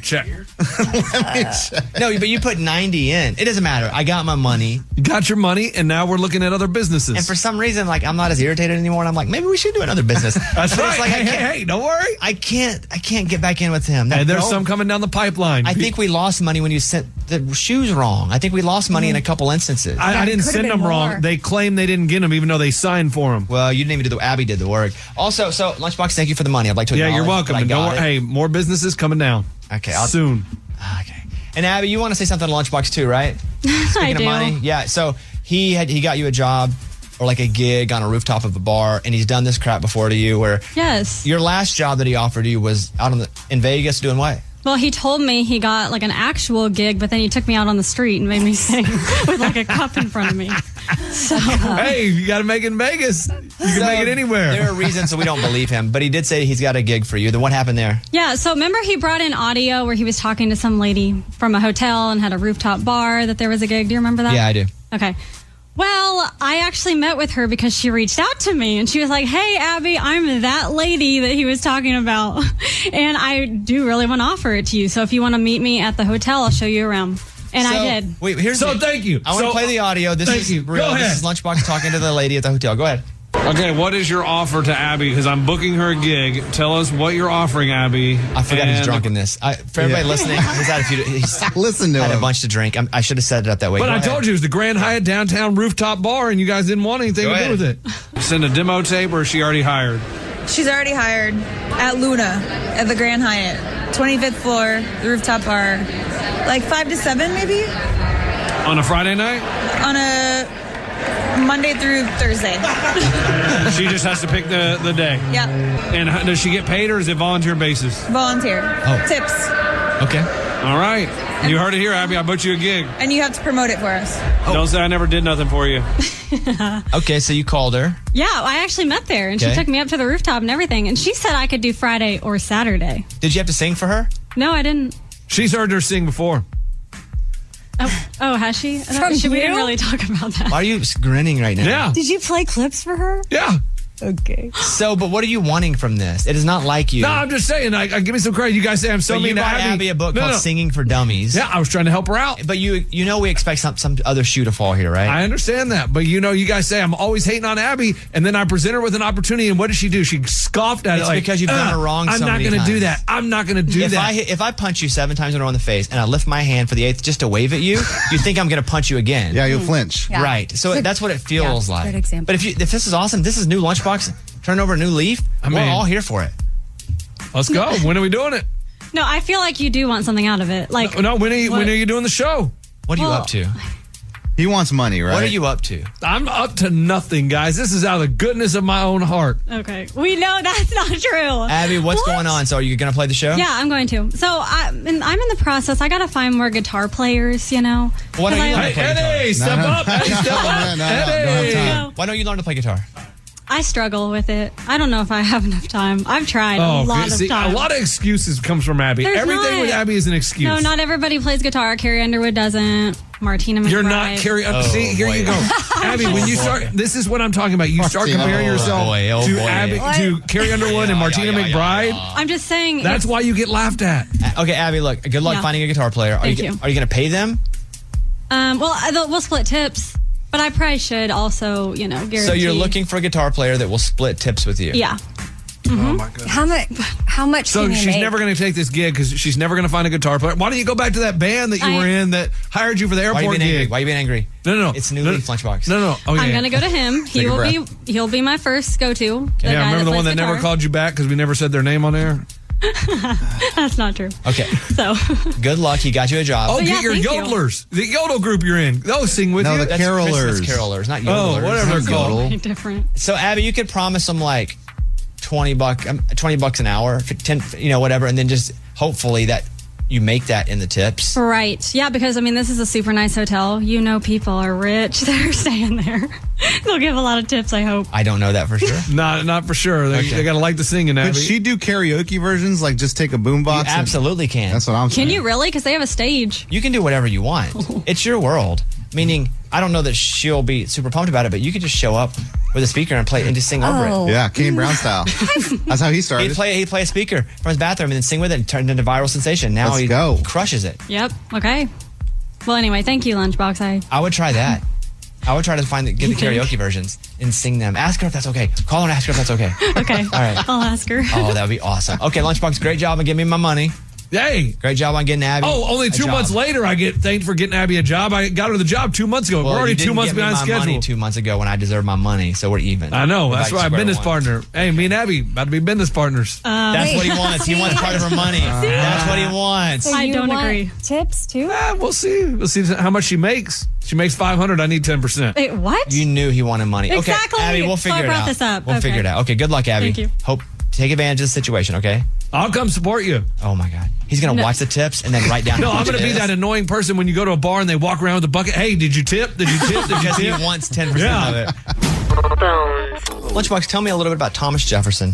G: Check.
A: no, but you put 90 in. It doesn't matter. I got my money.
G: You got your money, and now we're looking at other businesses.
A: And for some reason, like I'm not as irritated anymore, and I'm like, maybe we should do another business.
G: That's
A: But it's
G: right.
A: like, I
G: hey,
A: can't-
G: hey, hey, don't worry.
A: I can't. I can't get back in with him.
G: And there's some coming down the pipeline.
A: I think we lost money when you sent the shoes wrong. I think we lost money in a couple instances.
G: I, I didn't send them wrong. They claim they didn't get them, even though they signed for them.
A: Well, you didn't even do the. Abby did the work. Also, so Lunchbox, thank you for the money. I'd like to.
G: Yeah, you're
A: acknowledge that
G: welcome.
A: I
G: And don't
A: got
G: worry.
A: it.
G: Hey, more businesses coming down.
A: Okay, I'll-
G: soon.
A: And Abby, you want to say something to Lunchbox too, right? Speaking
H: <laughs> I
A: of
H: do.
A: money, yeah. So he had he got you a job or like a gig on a rooftop of a bar, and he's done this crap before to you. Where
E: <laughs>
H: Yes.
A: your last job that he offered you was out on the, in Vegas doing what?
H: Well, he told me he got like an actual gig, but then he took me out on the street and made me sing with like a cup in front of me. So
G: Hey, you got to make it in Vegas. You can
A: So,
G: make it anywhere.
A: There are reasons that we don't believe him, but he did say he's got a gig for you. Then what happened there?
H: Yeah, so remember he brought in audio where he was talking to some lady from a hotel and had a rooftop bar that there was a gig. Do you remember that?
A: Yeah, I do.
H: Okay. Well, I actually met with her because she reached out to me and she was like, Hey, Abby, I'm that lady that he was talking about. <laughs> And I do really want to offer it to you. So if you want to meet me at the hotel, I'll show you around. And
A: So-
H: I did.
A: Wait, here's
G: So
A: the-
G: thank you.
A: I want
G: So-
A: to play the audio. This
G: Thank
A: is
G: you. Go
A: real.
G: ahead.
A: This is Lunchbox talking to the lady at the hotel. Go ahead.
G: Okay, what is your offer to Abby? Because I'm booking her a gig. Tell us what you're offering, Abby. I
A: forgot he's drunk in this. I, for everybody listening, he's had a few. He's
E: Listen to
A: had
E: him.
A: a bunch to drink. I'm, I should have set it up that way.
G: but I told you it was the Grand Hyatt downtown rooftop bar, and you guys didn't want anything
A: Go
G: to
A: ahead.
G: do with it. Send a demo tape, or is she already hired?
N: She's already hired at Luna at the Grand Hyatt, 25th floor, the rooftop bar, like five to seven maybe
G: On a Friday night,
N: on a Monday through Thursday.
G: she just has to pick the, the day.
N: yep,
G: And how, does she get paid, or is it volunteer basis?
N: volunteer
G: Oh.
N: tips,
G: Okay. All right. You heard it here, Abby. I booked you a gig.
N: and you have to promote it for us.
G: Don't say I never did nothing for you.
A: Okay, so you called her.
H: Yeah, I actually met there and
A: Okay.
H: she took me up to the rooftop and everything. And she said I could do Friday or Saturday.
A: Did you have to sing for her?
H: No, I didn't.
G: She's heard her sing before.
H: Oh, oh has she? I don't-
F: From
H: she- we didn't
F: you?
H: really talk about that.
A: Why are you grinning right now?
F: Did you play clips for her?
G: Yeah.
F: Okay.
A: So, but what are you wanting from this? It is not like you.
G: No, I'm just saying. Like, uh, give me some credit. You guys say I'm so
A: So
G: mean
A: you
G: to
A: bought Abby, a book
G: No,
A: called
G: no.
A: Singing for Dummies.
G: Yeah, I was trying to help her out.
A: But you you know we expect some some other shoe to fall here, right?
G: I understand that, but you know, you guys say I'm always hating on Abby, and then I present her with an opportunity, and what did she do? She scoffed at it.
A: It's
G: like,
A: because you've done
G: "Ugh,
A: her wrong
G: I'm
A: so
G: not
A: many
G: gonna do
A: times."
G: that. I'm not going to do
A: if
G: that.
A: I hit- if I punch you seven times in a row in the face and I lift my hand for the eighth just to wave at you, you think I'm going to punch you again.
E: Yeah, you'll flinch. Yeah.
A: Right. So
E: It's a-
A: that's what it feels
E: yeah,
A: like.
E: good example.
A: But if you if this is awesome, this is new lunchbox. Turn over a new leaf.
G: I
A: We're
G: mean-
A: all here for it.
G: Let's go. when are we doing it?
H: No, I feel like you do want something out of it. Like,
G: No, no, when are you, when are you doing the show?
A: What
H: are you Well- up
A: to?
E: He wants money, right?
A: What are you up to?
G: I'm up to nothing, guys. This is out of the goodness of my own heart.
H: Okay, we know <laughs> that's not true.
A: Abby, what's
H: What?
A: going on? So are you going to play the show?
H: Yeah, I'm going to. So I, and I'm in the process. I gotta find more guitar players. You know.
A: Why don't
H: 'Cause
A: you learn
H: I,
A: to play
G: Eddie,
A: guitar?
G: step up. Eddie, step up. Eddie.
A: Why don't you learn to play guitar?
G: Oh,
H: I struggle with it. I don't know if I have enough time. I've tried a lot
G: Oh, see,
H: of time.
G: a lot of excuses comes from Abby.
H: There's
G: Everything
H: not.
G: with Abby is an excuse.
H: No, not everybody plays guitar. Carrie Underwood doesn't. Martina McBride.
G: You're not carrying. up see, here you go,
A: <laughs>
G: Abby. When you
A: Oh, boy.
G: start, this is what I'm talking about. You start
A: Martina.
G: comparing
A: Oh,
G: yourself
A: boy, oh,
G: to
A: boy.
G: Abby,
A: What?
G: to Carrie Underwood and Martina McBride.
H: I'm just saying.
G: That's
H: it's-
G: why you get laughed at.
A: Uh, Okay, Abby, look, good luck
H: Yeah.
A: finding a guitar player. Are
H: Thank
A: you,
H: you.
A: are you going to pay them?
H: Um, well, I, we'll split tips, but I probably should also, you know, guarantee.
A: So you're looking for a guitar player that will split tips with you.
H: Yeah.
G: Oh
A: Mm-hmm.
G: my god.
F: How much? How much?
G: So
F: can you
G: she's
F: make?
G: never going to take this gig because she's never going to find a guitar player. Why don't you go back to that band that you
H: I-
G: were in that hired you for the
A: Why you
G: airport
A: being angry?
G: gig?
A: Why you being angry?
G: No, no, no.
A: It's new leaf lunchbox.
G: No, no, no. Oh, yeah.
H: I'm gonna go to him.
G: Take
H: He
G: a
H: will
G: breath.
H: be. He'll be my first go-to. The
G: yeah,
H: guy
G: remember the one that
H: plays
G: never
H: guitar.
G: called you back because we never said their name on air?
H: That's not true.
A: Okay.
H: <laughs> So.
A: Good luck. He got you a job.
G: Oh, get your yodelers. The yodel group you're in. They'll sing with you.
A: That's Christmas carolers, not yodelers.
G: Oh, whatever they're called.
H: Different.
A: So Abby, you could promise them like twenty buck, um, twenty bucks an hour, for ten, you know, whatever, and then just hopefully that you make that in the tips.
H: Right. Yeah, because I mean, this is a super nice hotel. You know, people are rich. <laughs> They're staying there. <laughs> They'll give a lot of tips. I hope.
A: I don't know that
E: <laughs>
A: for sure.
G: Not, not for sure. They,
A: Okay.
G: they got to like the singing.
E: Could
G: Abby.
E: she do karaoke versions? Like just take a boombox?
A: absolutely can.
E: That's what I'm saying.
H: Can you really? Because they have a stage.
E: <laughs>
A: You can do whatever you want. It's your world. Meaning, I don't know that she'll be super pumped about it, but you could just show up with a speaker and play and just sing
E: Oh.
A: over it.
E: Yeah, Kane Brown
G: <laughs>
E: style. That's how he started.
A: He'd play, he'd play a speaker from his bathroom and then sing with it and turned into viral sensation. Now
E: Let's
A: he
E: go.
A: crushes it.
H: Yep. Okay. Well, anyway, thank you, Lunchbox. I
A: I would try that. I would try to find the,
E: <laughs>
A: get the karaoke versions and sing them. Ask her if that's okay. Call her and ask her if that's okay.
G: <laughs>
H: okay.
A: All right.
H: I'll ask her.
A: Oh, that would be awesome. Okay, Lunchbox, great job on giving me my money.
G: Yay!
A: Great job on getting Abby.
G: Oh, only
A: a
G: two
A: job.
G: months later, I get thanked for getting Abby a job. I got her the job two months ago.
A: Well,
G: We're
A: you
G: already
A: didn't
G: two months
A: give me
G: behind
A: my
G: schedule.
A: Money two months ago when I deserve my money, so we're even.
G: I know.
A: We're
G: That's
A: back to
G: right.
A: square
G: Business
A: one.
G: partner. Hey, me and Abby, about to be business partners.
H: Um,
A: That's what he wants. He wants part of her
G: <laughs>
A: money. That's what he wants.
H: I don't agree.
F: Tips too?
G: Ah, we'll see. We'll see how much she makes. She makes five hundred. I need ten percent.
H: Wait, what?
A: You knew he wanted money.
H: Exactly.
A: Okay, Abby, we'll
H: So I
A: figure it
H: brought
A: out.
H: this up.
A: We'll
H: Okay.
A: figure it out. Okay, good luck, Abby.
H: Thank you.
A: Hope take advantage of the situation. Okay.
G: I'll come support you.
A: Oh my God, he's gonna
G: No.
A: watch the tips and then write down.
G: No,
A: how
G: I'm
A: much
G: going to
A: it
G: be
A: is.
G: that annoying person when you go to a bar and they walk around with a bucket. Hey, did you tip? Did you tip? Did you
A: Because he
G: tip?
A: wants 10%
G: Yeah.
A: of it. Lunchbox, tell me a little bit about Thomas Jefferson.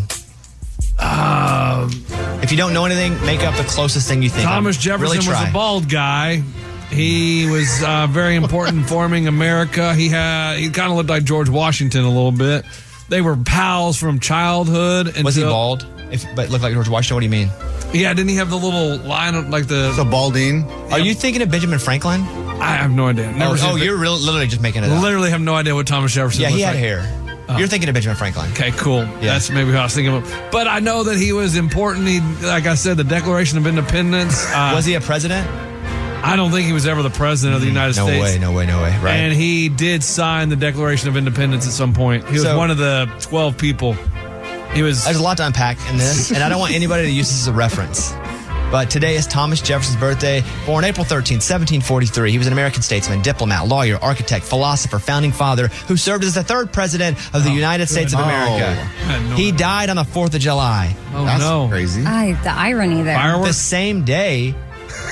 A: if you don't know anything, make up the closest thing you think.
G: Um, Thomas
A: I'm- really
G: Jefferson was
A: try.
G: a bald guy. He was uh, very important in forming America. He had he kind of looked like George Washington a little bit. They were pals from childhood. Until,
A: Was he bald? If but looked like George Washington, what do you mean?
G: Yeah, didn't he have the little line of, like the
E: the balding?
A: Are you thinking of Benjamin Franklin?
G: I have no idea. Never
A: oh,
G: seen
A: oh,
G: the-
A: you're real, literally just making it up.
G: Literally have no idea what Thomas Jefferson.
A: Yeah, he
G: looks
A: had
G: like. Oh.
A: hair. You're thinking of Benjamin Franklin.
G: Okay, cool. That's maybe how I was thinking of him. But I know that he was important. He, like I said, the Declaration of Independence. Uh,
A: Was he a president?
G: I don't think he was ever the president of the United
A: Mm-hmm. No
G: States.
A: way, no way, no way. Right.
G: And he did sign the Declaration of Independence at some point. He was
A: So-
G: one of the 12 people. He was.
A: There's a lot to unpack in this, and I don't want anybody to use this as a reference. But today is Thomas Jefferson's birthday. Born April 13, 1743, he was an American statesman, diplomat, lawyer, architect, philosopher, founding father, who served as the third president of the United States of
E: Oh.
A: America.
E: I had no
A: he died on the 4th of July.
G: Oh, That's no.
E: crazy.
F: I, the irony there.
A: The same day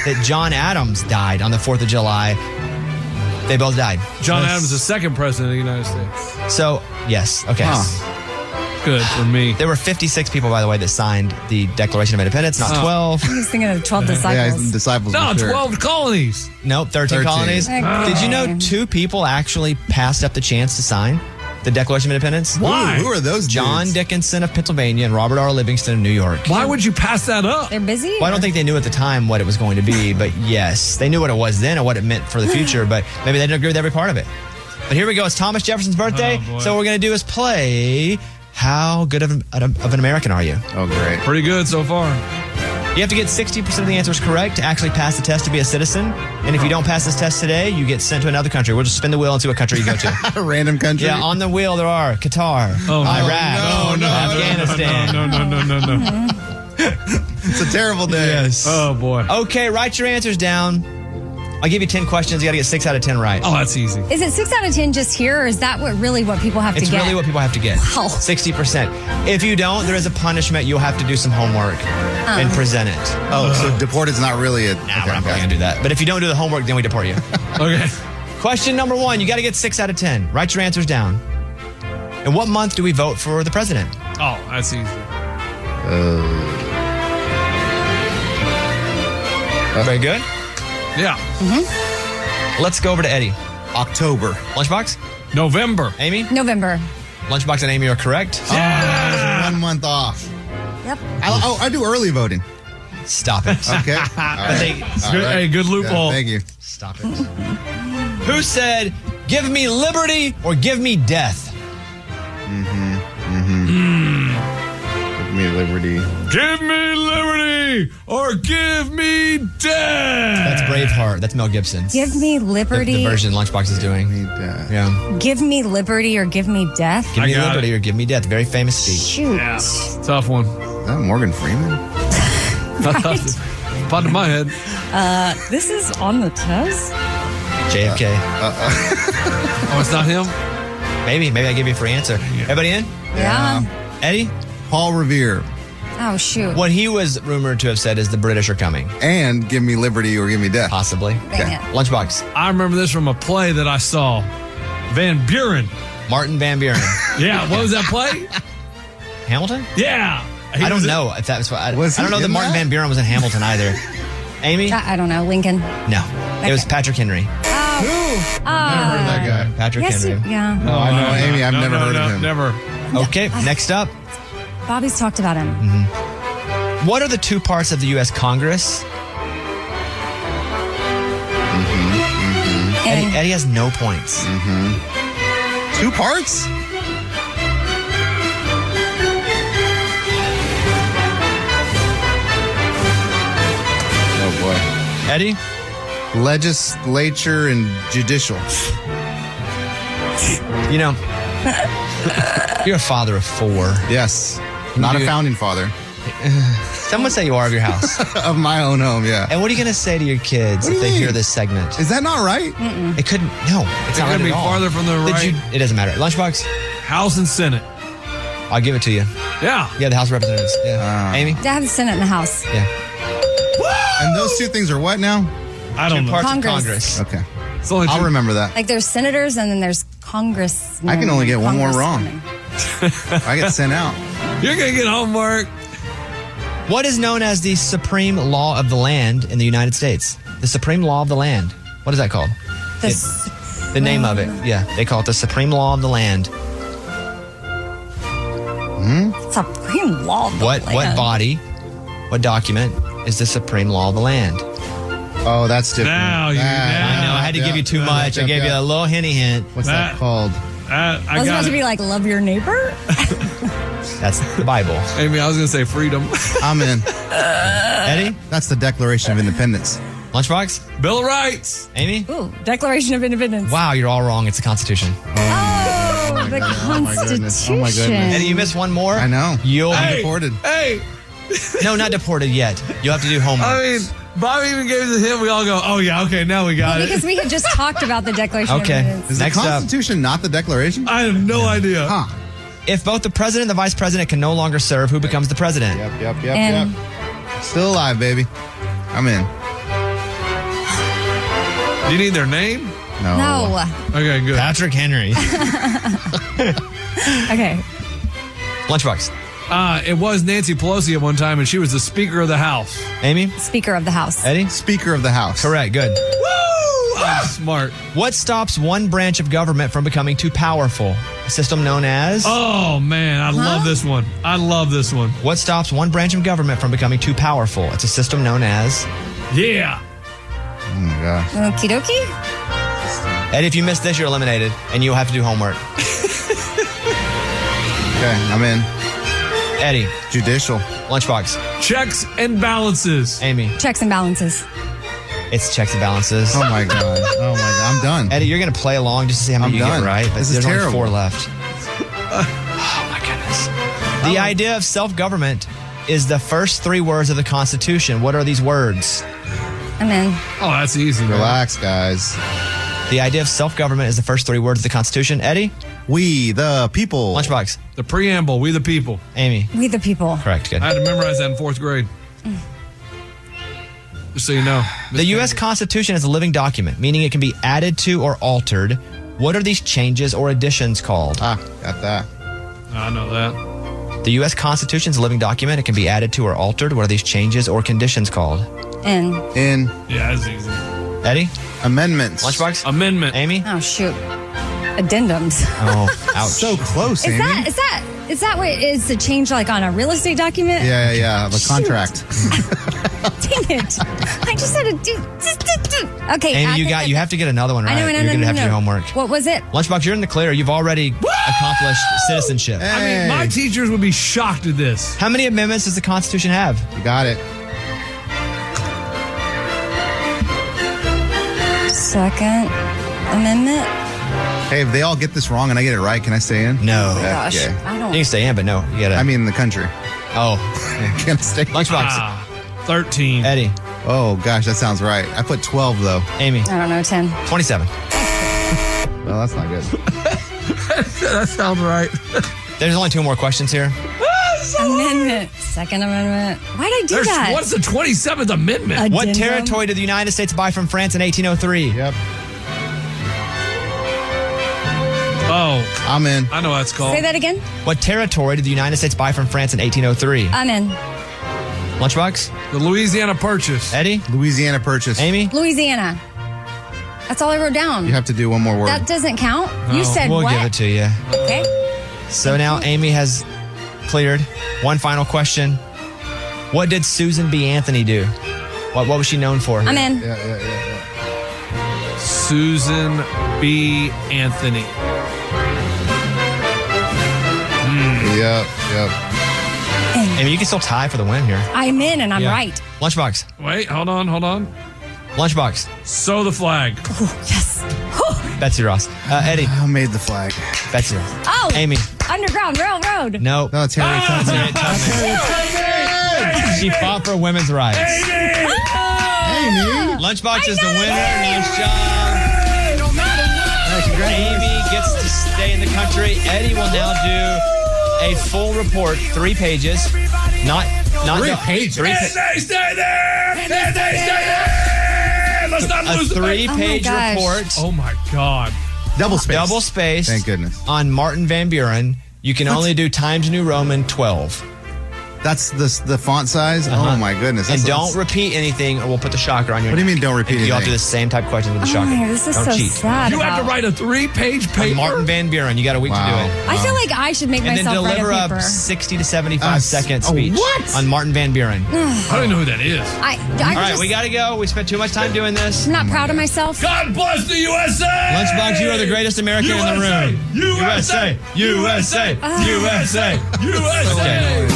A: that John Adams died on the 4th of July, they both died.
G: John Adams is the second president of the United States.
A: So, yes. Okay.
G: Good for me.
A: There were 56 people, by the way, that signed the Declaration of Independence, not
F: Huh.
A: 12.
F: He was thinking of 12
E: Yeah,
F: disciples.
E: he's disciples.
G: No,
E: for sure.
G: 12 colonies.
A: Nope, 13,
E: 13.
A: colonies.
F: Okay.
A: Did you know two people actually passed up the chance to sign the Declaration of Independence?
G: Why?
E: Who are those
A: John
E: dudes?
A: Dickinson of Pennsylvania and Robert R. Livingston of New York.
G: Why would you pass that up?
F: They're busy?
A: Well, I don't think they knew at the time what it was going to be, but yes, they knew what it was then and what it meant
G: <laughs>
A: for the future, but maybe they didn't agree with every part of it. But here we go. It's Thomas Jefferson's birthday.
G: Oh, boy.
A: so what we're going to do is play How Good of an, of an American Are You?
E: Oh, great.
G: Pretty good so far.
A: You have to get 60% of the answers correct to actually pass the test to be a citizen. And if you don't pass this test today, you get sent to another country. We'll just spin the wheel and see what country you go to.
E: <laughs> Random country.
A: Yeah, on the wheel there are Qatar,
G: Oh, no.
A: Iraq, Afghanistan.
G: No, no, no, no, no. no.
E: It's a terrible day. Yes.
G: Oh, boy.
A: Okay, write your answers down. I'll give you 10 questions. You got to get six out of 10 right.
G: Oh, that's easy.
F: Is it six out of ten just here, or is that what really what people have
A: it's
F: to get?
A: really what people have to get
F: Wow.
A: 60%. If you don't, there is a punishment. You'll have to do some homework
F: Uh.
A: and present it.
E: Oh, so deported's not really a.
A: Nah, we're not going to do that. But if you don't do the homework, then we deport
G: <laughs>
A: you.
G: Okay.
A: Question number one you got to get six out of 10. Write your answers down. In what month do we vote for the president?
G: Oh, that's easy.
A: Very good.
G: Yeah.
A: Let's go over to Eddie.
E: October.
A: Lunchbox?
G: November.
A: Amy?
F: November.
A: Lunchbox and Amy are correct.
E: One month off.
F: Yep.
E: I, oh, I do early voting.
A: Stop it. <laughs>
E: Okay. All right. All
G: Good- hey, good
E: Yeah,
G: loophole.
E: thank you.
A: Stop it. Who said, give me liberty or give me death?
E: Give me liberty.
G: Give me liberty or give me death. Ah.
A: That's Braveheart. That's Mel Gibson.
F: Give me
A: the, the
F: liberty.
A: version Lunchbox is doing.
E: Need that.
A: Yeah.
F: Give me liberty, or give me death.
A: Give
G: I
A: me
G: got
A: liberty
G: it.
A: or give me death. Very famous speech.
F: Shoot.
G: Tough one.
E: Is that Morgan Freeman?
G: Popped in my head.
F: This is on the test.
A: JFK.
G: Oh, it's not him?
A: maybe. Maybe I give you a free answer. Everybody in?
F: Yeah.
A: Eddie?
E: Paul Revere.
F: Oh shoot.
A: What he was rumored to have said is the British are coming.
E: And give me liberty or give me death.
A: Possibly.
F: Dang it.
A: Lunchbox.
G: I remember this from a play that I saw. Van Buren.
A: Martin Van
G: <laughs>
A: Buren.
G: Yeah, what was that play?
A: Hamilton?
G: Yeah. He
A: I don't
G: was in-
A: know if that was. I,
E: Was
A: I don't
E: he
A: know that
E: in
A: Martin
E: that?
G: <laughs>
A: Van Buren was in Hamilton either. Amy?
F: I, I don't know. Lincoln.
A: No. It was
F: Okay.
A: Patrick Henry.
F: Oh Oh. Uh,
A: that guy. Patrick
F: yes,
A: Henry.
F: you- yeah. No,
A: I know Amy. I've
G: never heard of him. Never.
A: Okay, next up. Oh.
F: Bobby's talked about him.
A: Mm-hmm. What are the two parts of the U.S. Congress? Eddie, Eddie has no points.
E: Two parts?
A: Oh boy. Eddie?
E: Legislature and judicial.
A: You know, <laughs> you're a father of four.
E: Yes. Not a
A: Dude.
E: founding father.
A: Someone say you are of your house.
E: of my own home, yeah.
A: And what are you going to say to your kids
E: What do
A: if
E: you
A: they
E: mean?
A: hear this segment?
E: Is that not right?
A: It couldn't. No, it's
G: It
A: not
G: could
A: right
G: be
A: at all.
G: farther from the
A: Did
G: right.
A: you- it doesn't matter. Lunchbox,
G: House and Senate.
A: I'll give it to you.
G: Yeah.
A: Yeah, the House of Representatives. Yeah. Amy.
F: I have the Senate in the House.
E: And those two things are what now?
G: I
A: Two
G: don't
A: know. parts of
F: Congress.
A: Congress.
E: Okay. I'll remember that.
F: Like there's senators and then there's Congress.
E: I can only get one more wrong. I get sent out.
G: You're going to get homework.
A: What is known as the supreme law of the land in the United States? The supreme law of the land. What is that called?
F: The
A: It- the name of it. Yeah, they call it the supreme law of the land. Hmm?
F: Supreme law of the
A: what what
F: land.
A: body? What document is the supreme law of the land?
E: Oh, that's different.
G: Now you-
A: I know. I had to give you too much. I gave you a little hinty hint.
E: What's that, called?
G: Uh,
F: I
G: I
F: was
A: Oh
G: got
F: about to
G: it.
F: be like, love
A: <laughs>
F: your neighbor?
A: That's the Bible.
G: Amy, I was going to say freedom. <laughs>
E: I'm in.
A: Eddie?
E: That's the Declaration of Independence.
A: Lunchbox?
G: Bill of Rights.
A: Amy?
F: Ooh, Declaration of Independence.
A: Wow, you're all wrong. It's the Constitution.
F: Oh,
A: <laughs>
F: the
E: Oh, my goodness.
A: Eddie, you missed one more.
E: I know.
A: You'll
E: I'm
A: be
E: deported.
G: Hey,
A: No, not deported yet. You'll have to do homework.
G: I mean, Bobby even gave us a hint. We all go, oh, yeah, okay, now we got it.
F: Because we had just talked about the Declaration of
A: Okay.
F: Independence.
E: Is
A: Next
E: the
A: up.
E: Constitution not the Declaration?
G: I have no idea.
E: Huh.
A: If both the president and the vice president can no longer serve, who becomes the president?
E: Yep, yep, yep,
F: And-
E: yep. Still alive, baby. I'm in.
G: Do you need their name?
E: No.
A: Oh,
F: No.
G: Okay, good.
A: Patrick Henry.
F: Okay.
A: <laughs> Lunchbox.
G: Uh, it was Nancy Pelosi at one time, and she was the Speaker of the House.
A: Amy?
F: Speaker of the House.
A: Eddie?
E: Speaker of the House.
A: Correct. Good.
G: Woo! I'm Oh, smart.
A: What stops one branch of government from becoming too powerful? A system known as.
G: Oh, man, I love this one. I love this one.
A: What stops one branch of government from becoming too powerful? It's a system known as.
G: Yeah.
E: Oh my gosh.
F: Okie dokie.
A: Eddie, if you miss this, you're eliminated, and you'll have to do homework.
E: Okay, I'm in.
A: Eddie,
E: Judicial.
A: lunchbox.
G: Checks and balances.
A: Amy,
F: Checks and balances.
A: it's checks and balances.
E: Oh
F: <laughs>
E: my god. Oh my god. I'm done.
A: Eddie, you're gonna play along just to see how many
E: I'm
A: you
E: done.
A: get right. But
E: This is
A: there's only four
E: terrible. <laughs>
A: left. oh my goodness. The
E: Um,
A: idea of self-government is the first three words of the Constitution. What are these words?
F: I'm in.
G: Oh, that's easy. man.
E: Relax, guys.
A: The idea of self-government is the first three words of the Constitution. Eddie,
E: We the people.
A: lunchbox.
G: The preamble, we the people.
A: Amy,
F: We the people.
A: correct. Good.
G: I had to memorize that in fourth grade. Just so you know.
A: The U.S. Constitution is a living document, meaning it can be added to or altered. What are these changes or additions called?
E: Ah, got that.
G: I know that.
A: The U.S. Constitution is a living document. It can be added to or altered. What are these changes or conditions called?
F: In.
E: In
G: Yeah, that's easy.
A: Eddie,
E: amendments.
A: lunchbox.
G: Amendment.
A: Amy.
F: Oh, shoot. Addendums.
A: Oh, ouch.
E: So close,
F: Is
E: Amy.
F: that, is that, is that what is the change like on a real estate document?
E: yeah, yeah, yeah. The contract.
F: <laughs> Dang it. I just had to do. Okay.
A: Amy, you
F: acronym-
A: got. You have to get another one right.
F: I know, I know,
A: You're gonna
F: no,
A: have
F: no,
A: to do
F: no.
A: homework.
F: What was it?
A: Lunchbox, you're in the clear. You've already accomplished citizenship.
G: I mean, my teachers would be shocked at this.
A: How many amendments does the Constitution have?
E: You got it.
F: Second Amendment?
E: Hey, if they all get this wrong and I get it right, can I stay in?
A: No.
E: Okay.
F: Gosh, I
A: You
F: don't.
A: can stay in, but no, you gotta.
E: I mean, the country. <laughs>
A: oh,
E: Can I stay?
A: lunchbox.
G: Ah, 13.
A: Eddie,
E: Oh gosh, that sounds right. I put 12 though.
A: Amy,
F: I don't know. Ten.
A: twenty-seven.
E: Well, that's not good.
F: <laughs>
G: That sounds right.
A: There's only two more questions here.
F: Amendment. Second Amendment. Why'd I do
G: There's,
F: that?
G: what's the 27th Amendment?
F: Addendum.
A: What territory did the United States buy from France in 1803?
E: Yep.
G: oh,
E: I'm in.
G: I know what it's called.
F: Say that again.
A: What territory did the United States buy from France in 1803?
F: I'm in.
A: Lunchbox,
G: The Louisiana Purchase.
A: Eddie,
E: Louisiana Purchase.
A: Amy,
F: Louisiana. That's all I wrote down.
E: You have to do one more word.
F: That doesn't count.
A: Oh,
F: you said
A: we'll
F: what?
A: give it to you.
F: Okay.
A: So now Amy has cleared. One final question. What did Susan B. Anthony do? What, what was she known for?
F: I'm in.
E: Yeah, yeah, yeah.
G: Susan B. Anthony.
E: Yep, yep.
A: Amy, you can still tie for the win here.
F: I'm in and I'm
G: Yeah.
F: right.
A: Lunchbox.
G: Wait, hold on, hold on.
A: Lunchbox.
G: Sew the flag.
A: Betsy Ross. Uh, Eddie. I
E: made the flag.
A: Betsy Ross.
F: Oh.
A: Amy.
F: Underground Railroad.
A: No.
E: No, it's Harriet Tubman.
A: She fought for women's rights.
F: Oh, Amy.
A: Lunchbox is the winner. Nice job. Amy gets to stay in the country. Eddie will now do a full report, three pages. Not not
J: Three
A: no,
J: pages?
A: Three
J: And they stay there. And they stay there. Let's not
E: Oh
A: a
J: lose the
A: three
J: bet.
A: page report. Oh my god.
E: Double space.
A: Double space.
E: Thank goodness.
A: On Martin Van Buren. You can only do Times New Roman 12.
E: That's the, the font size?
A: Uh-huh.
E: Oh, my goodness.
A: And
E: That's-
A: don't
E: that's-
A: repeat anything or we'll put the shocker on your
E: What do you mean don't repeat
A: You'll have to
E: anything?
A: do the same type of questions with the
F: Oh,
A: shocker.
F: this is
A: don't
F: so
A: cheat.
F: sad You have to about-
A: write a three page paper. Martin Van Buren. You got a week to do it.
F: I feel like I should make
A: and then
F: myself write
A: deliver
F: a
A: a,
F: paper.
A: 60 to 75 second
G: a
E: Oh,
A: speech
F: what?
A: on Martin Van Buren. I don't even know who that is.
F: I, I
A: All
F: could
A: right,
F: just,
A: we got to go. We spent too much time doing this.
F: I'm not proud of myself.
J: God bless the USA.
A: Lunchbox, you are the greatest American in the room.
J: USA, USA, USA, USA.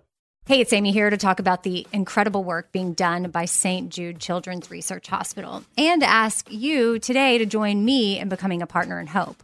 F: Hey, it's Amy here to talk about the incredible work being done by St. Jude Children's Research Hospital and ask you today to join me in becoming a partner in hope.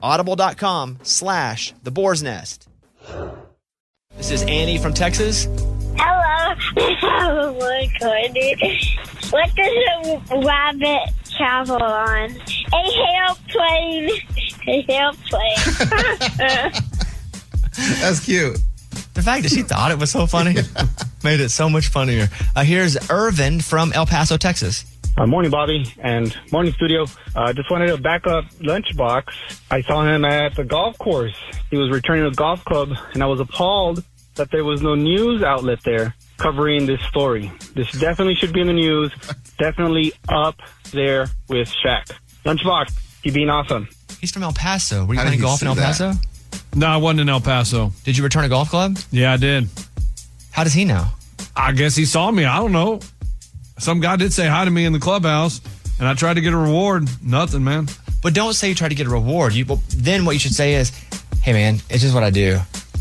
A: audible.com slash the boar's nest. This is Annie from Texas.
O: Hello. <laughs> Oh Hello, Courtney. What does a rabbit travel on? A <laughs> airplane. An airplane.
A: That's cute. The fact that she thought it was
P: <laughs>
A: so funny made it so much funnier. Uh, here's Irvin from El Paso, Texas.
P: Uh, morning, Bobby, and morning, studio. Uh, just wanted to back up Lunchbox. I saw him at the golf course. He was returning to the golf club, and I was appalled that there was no news outlet there covering this story. This definitely should be in the news. Definitely up there with Shaq. Lunchbox, you being awesome.
A: He's from El Paso. Were you
P: How did
A: playing
P: he
A: golf
P: see
A: in El
P: that?
A: Paso?
G: No, I wasn't in El Paso.
A: Did you return a golf club?
G: Yeah, I did.
A: How does he know?
G: I guess he saw me. I don't know. Some guy did say hi to me in the clubhouse, and I tried to get a reward. Nothing, man.
A: But don't say you tried to get a reward. You well, then what you should say is, "Hey, man, it's just what I do.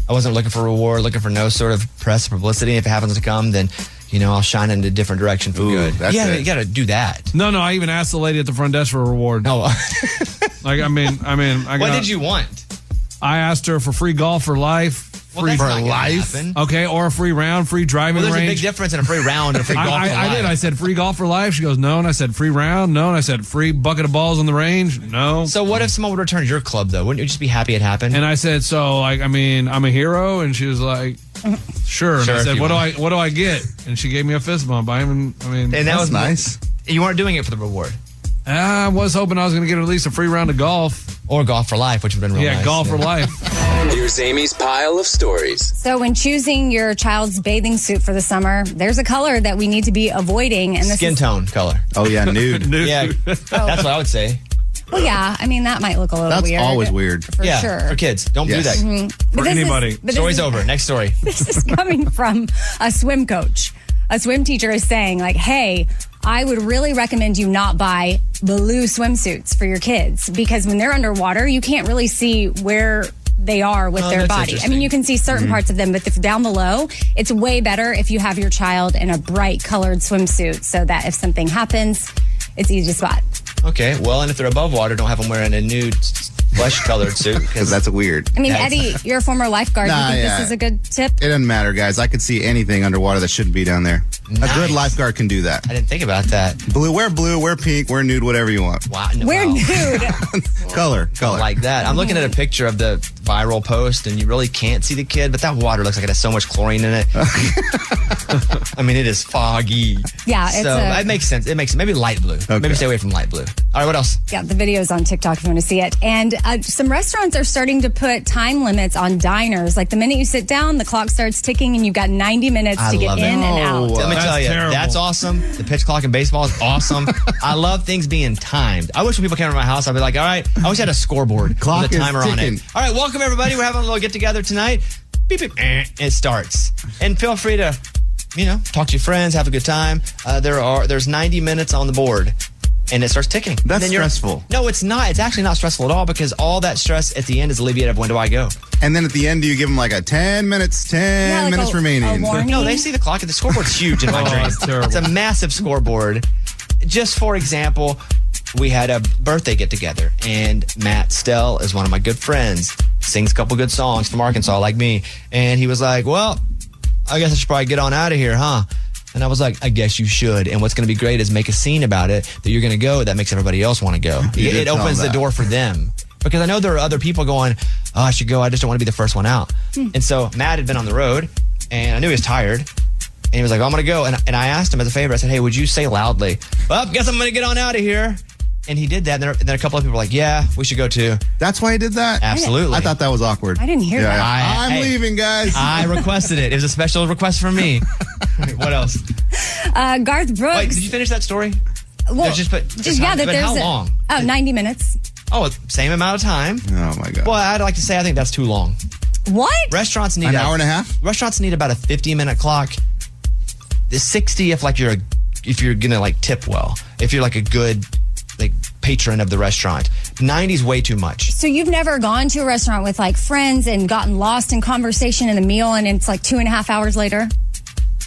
A: I wasn't looking for reward, looking for no sort of press or publicity. If it happens to come, then you know I'll shine in a different direction for good.
G: that's
A: yeah,
G: it.
A: you got to
P: <laughs>
A: do that.
G: No, no. I even asked the lady at the front desk for a reward.
A: No.
G: like I mean, I mean, I
A: What
G: got-
A: did you want?
G: I asked her for free golf for life.
A: Well,
G: free
A: that's not gonna happen.
G: Okay, or a free round, free driving
A: Well, there's a
G: range.
A: big difference in a free round and a free
G: <laughs> I,
A: golf.
G: I-
A: for
G: I
A: life.
G: did. I said free golf for life. She goes no, and I said free round no, and I said free bucket of balls on the range no.
A: So what if someone would return your club though? Wouldn't you just be happy it happened?
G: And I said so like I mean I'm a hero, and she was like sure. And
A: Sure,
G: I
A: if
G: said
A: you
G: what
A: want."
G: do I what do I get? And she gave me a fist bump. I even I mean
A: And that was You weren't doing it for the reward.
G: I was hoping I was going to get at least a free round of golf
A: or golf for life, which would have been real
G: Oh, yeah
A: nice.
G: golf for
A: Yeah.
G: life. <laughs>
K: Here's Amy's pile of stories.
F: So, when choosing your child's bathing suit for the summer, there's a color that we need to be avoiding. And this
A: Skin
F: is,
A: tone
G: <laughs>
A: color. Oh yeah,
E: <laughs>
A: nude. Yeah, that's what I would say.
F: Well, yeah. I mean, that might look a little weird.
A: weird.
F: For
A: yeah,
F: sure.
A: For kids, don't
F: Yes.
A: do that.
F: Mhm. But
A: For
F: this is-
A: anybody.
F: but this
A: Story's
F: is-
A: over. Next
F: <laughs>
A: story.
F: this is coming from a swim coach. A swim teacher is saying, like, hey, I would really recommend you not buy blue swimsuits for your kids because when they're underwater, you can't really see where they are with
Q: Oh,
F: their
Q: that's
F: body. I mean, you can see certain
Q: Mhm.
F: parts of them, but if down below, it's way better if you have your child in a bright colored swimsuit so that if something happens, it's easy to spot.
A: Okay. Well, and if they're above water, don't have them wearing a nude flesh colored suit because that's weird.
F: I mean, Eddie, you're a former lifeguard.
E: Nah,
F: you think
E: yeah.
F: this is a good tip?
E: It doesn't matter, guys. I could see anything underwater that shouldn't be down there. A good lifeguard can do that. I
A: didn't think about that.
E: Blue, wear blue, wear pink, wear nude, whatever you want.
A: Wow.
F: We're nude.
E: Color, color.
A: Like that. I'm looking at a picture of the viral post, and you really can't see the kid, but that water looks like it has so much chlorine in it. I mean, it is foggy.
F: Yeah, it's
A: so
F: a-
A: it makes sense. It makes maybe light blue. Maybe stay away from light blue. All right, what else?
F: Yeah, the video's on TikTok if you want to see it. And uh, some restaurants are starting to put time limits on diners. Like the minute you sit down, the clock starts ticking and you've got 90 minutes to get in and out.
A: Let me tell you, that's awesome. The pitch clock in baseball is
E: <laughs>
A: awesome. I love things being timed. I wish when people came to my house, I'd be like, all right, I wish I had a scoreboard
E: Clock
A: with a
E: is
A: timer on
E: ticking.
A: it. All right, welcome everybody. We're having a little get together tonight. Beep, beep, eh, it starts. And feel free to, you know, talk to your friends, have a good time. Uh, there are there's 90 minutes on the board. And it starts ticking. And
E: That's
A: then you're-
E: stressful.
A: No, it's not. It's actually not stressful at all because all that stress at the end is alleviated of when do I go.
E: And then at the end, do you give them like a 10 minutes, 10
A: like
E: minutes
A: a- <laughs>
E: remaining?
A: No, they see the clock. The scoreboard's huge in my
E: <laughs> Oh,
A: dream.
E: that's terrible.
A: It's a massive scoreboard. Just for example, we had a birthday get together, and Matt Stell is one of my good friends. Sings a couple good songs from Arkansas, like me. And he was like, "Well, I guess I should probably get on out of here, huh?" And I was like, "I guess you should." And what's going to be great is make a scene about it that you're going to go. That makes everybody else want to go.
E: You
A: It,
E: did
A: it
E: tell him
A: opens the
E: that.
A: door for them. Because I know there are other people going, oh, I should go. I just don't want to be the first one out.
E: Hmm.
A: And so Matt had been on the road and I knew he was tired. And he was like, "Oh, I'm going to go. And, and I asked him as a favor, I said, hey, would you say loudly, well, guess I'm going to get on out of here? And he did that. And, there, and then a couple of people were like, yeah, we should go too.
E: That's why he did that?
A: Absolutely.
E: I thought that was awkward.
A: I didn't hear that. I-
E: am
A: hey.
E: leaving, guys.
A: I requested it. It was a special request from
E: <laughs>
A: me. what else?
F: Uh, Garth Brooks.
A: Wait, did you finish that story?
F: well,
A: No, just put- just
F: Oh, yeah,
A: how-
F: that
A: but
F: there's
A: how
F: a-
A: long?
F: oh, 90 minutes.
A: Oh, same amount of time.
E: Oh, my God.
A: Well, I'd like to say I think that's too long.
F: What?
A: Restaurants need
E: An
A: a-
E: hour and a half?
A: Restaurants need about a 50 minute clock. The 60 if like you're a, if you're gonna like tip well. If you're like a good like patron of the restaurant. 90's way too much.
F: So you've never gone to a restaurant with like friends and gotten lost in conversation in the meal and it's like two and a half hours later?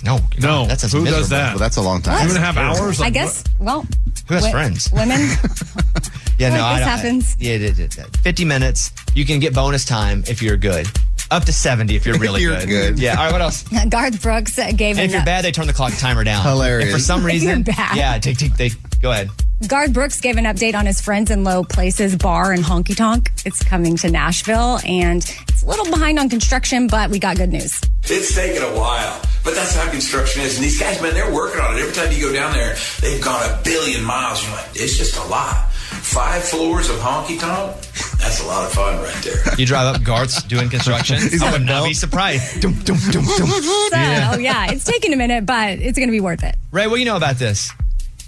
A: No, no. That's
G: Who does that?
E: Well, that's a long time.
G: Two and a half hours?
F: I
G: Like,
F: guess, well.
A: Who has
F: wi-
A: friends?
F: Women.
A: <laughs>
F: <laughs>
A: Yeah,
F: Like
A: no,
F: this
A: I don't.
F: happens.
A: Yeah, it- it- it- 50 minutes. You can get bonus time if you're good. Up to 70
E: <laughs>
A: if you're really
E: You're good.
A: Yeah. All right. What else?
F: Garth Brooks gave
A: And
F: him
A: if you're
F: the-
A: bad, they turn the clock timer down.
E: Hilarious.
A: If for some
F: <laughs> If you're
A: reason,
F: bad.
A: yeah, take, take, they go ahead.
F: Guard Brooks gave an update on his friends in low places bar and honky tonk. It's coming to Nashville and it's a little behind on construction, but we got good news.
R: It's taken a while, but that's how construction is. And these guys, man, they're working on it. Every time you go down there, they've gone a billion miles. You're like, it's just a lot. Five floors of honky tonk? That's a lot of fun right there.
A: You drive up Garth's doing construction. I would not be surprised. Dum, dum, dum, dum.
F: So, yeah. it's taking a minute, but it's going to be worth it.
A: Ray, what do you know about this?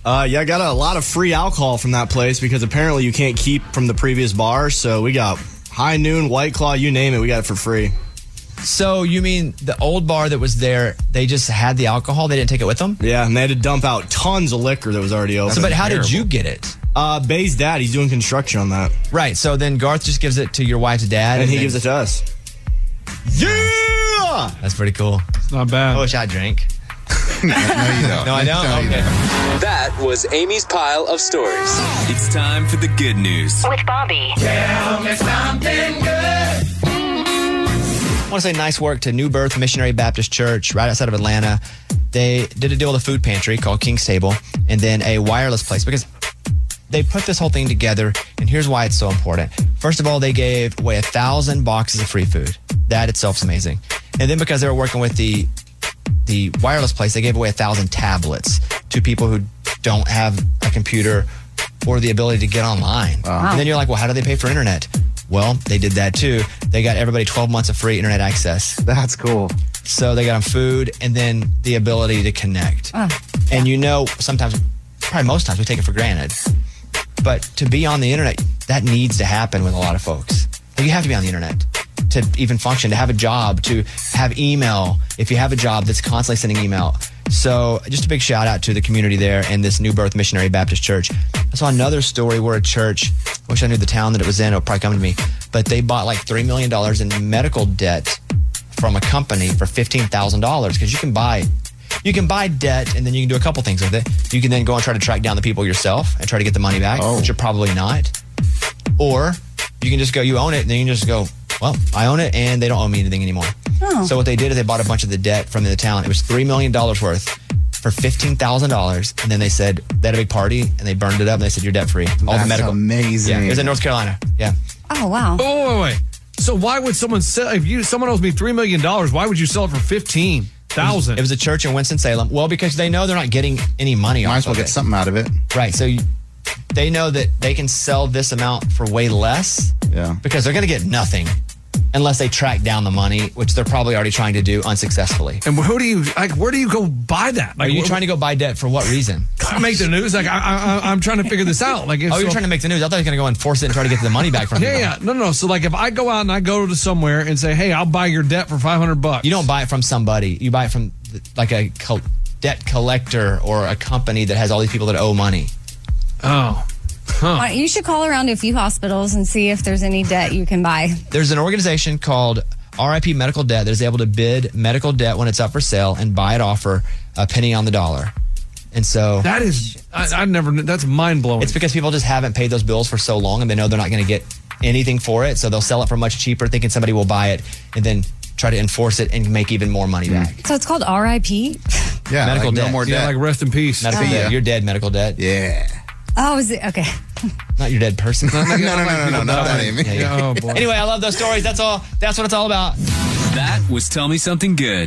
I: Uh, yeah, I got a lot of free alcohol from that place because apparently you can't keep from the previous bar. So we got High noon, White Claw, you name it, we got it for free.
A: So you mean the old bar that was there? They just had the alcohol. They didn't take it with them.
I: Yeah, and they had to dump out tons of liquor that was already open.
A: So, but how did you get it?
I: Uh, Bay's dad. He's doing construction on that.
A: Right. So then Garth just gives it to your wife's dad,
I: And he gives it to us. Yeah,
A: that's pretty cool. It's
G: not bad.
A: I wish I drank.
K: no, you
A: don't. No, I don't. okay.
K: That was Amy's pile of stories.
Q: It's time for the good news.
C: With Bobby.
Q: Tell me something
C: good.
A: I want to say nice work to New Birth Missionary Baptist Church right outside of Atlanta. They did a deal with a food pantry called King's Table and then a wireless place because they put this whole thing together. And here's why it's so important. First of all, they gave away a thousand boxes of free food. That itself is amazing. And then because they were working with the the wireless place, they gave away a thousand tablets to people who don't have a computer or the ability to get online. And then you're like, well, how do they pay for internet? Well, they did that too. They got everybody 12 months of free internet access.
E: That's cool.
A: So they got them food and then the ability to connect. And you know, sometimes, probably most times, we take it for granted. But to be on the internet, that needs to happen with a lot of folks. Like you have to be on the internet to even function, to have a job, to have email. If you have a job that's constantly sending email. So, just a big shout out to the community there and this New Birth Missionary Baptist Church. I saw another story where a church, I wish I knew the town that it was in, it'll probably come to me, but they bought like $3 million in medical debt from a company for $15,000 because you can buy you can buy debt and then you can do a couple things with it. You can then go and try to track down the people yourself and try to get the money back,
E: Oh.
A: which you're probably not. Or you can just go, you own it, and then you can just go, well, I own it and they don't owe me anything anymore.
S: Oh.
A: So what they did is they bought a bunch of the debt from the town. It was $3 million worth for $15,000. And then they said, they had a big party and they burned it up and they said, you're debt free. All
E: That's
A: the medical.
E: amazing.
A: Yeah, it was in North Carolina. Yeah.
F: Oh wow.
G: Oh wait, wait. So why would someone sell if you someone owes me three million dollars? Why would you sell it for fifteen thousand?
A: It was a church in Winston-Salem. Well, because they know they're not getting any money.
E: Might
A: off
E: as well
A: of
E: get
A: it.
E: something out of it.
A: Right. So you, they know that they can sell this amount for way less
E: Yeah.
A: because they're going to get nothing unless they track down the money, which they're probably already trying to do unsuccessfully.
G: And who do you like? Where do you go buy that? Like,
A: Are you
G: wh-
A: trying to go buy debt for what reason?
G: make the news? Like I, I, I- I'm trying to figure this out. Like, if
A: oh, you're trying to make the news. I thought you were going to go and force it and try to get the money back from
G: yeah,
A: people.
G: yeah, no, no. So like, if I go out and I go to somewhere and say, hey, I'll buy your debt for five hundred bucks,
A: You don't buy it from somebody. You buy it from th- like a col- debt collector or a company that has all these people that owe money.
G: Oh.
F: Why don't- You should call around to a few hospitals and see if there's any debt you can buy.
A: There's an organization called RIP Medical Debt that is able to bid medical debt when it's up for sale and buy it off for a penny on the dollar. And so
G: that is, I, I never. kn- That's mind blowing.
A: It's because people just haven't paid those bills for so long and they know they're not going to get anything for it. So they'll sell it for much cheaper, thinking somebody will buy it and then try to enforce it and make even more money back.
E: Mm.
F: So it's called RIP.
E: Yeah.
A: medical
E: like, no
A: debt.
E: more Yeah, debt.
G: like rest in peace.
A: Medical
F: See ya.
A: debt. You're dead, medical debt.
E: Oh, Yeah.
F: Oh, is it okay?
A: Not your dead person.
E: <laughs> No, no, no,
A: <laughs>
E: no, no, not that, Amy.
G: Oh, boy.
A: Anyway, I love those stories. That's all. That's what it's all about.
Q: That was Tell Me Something Good.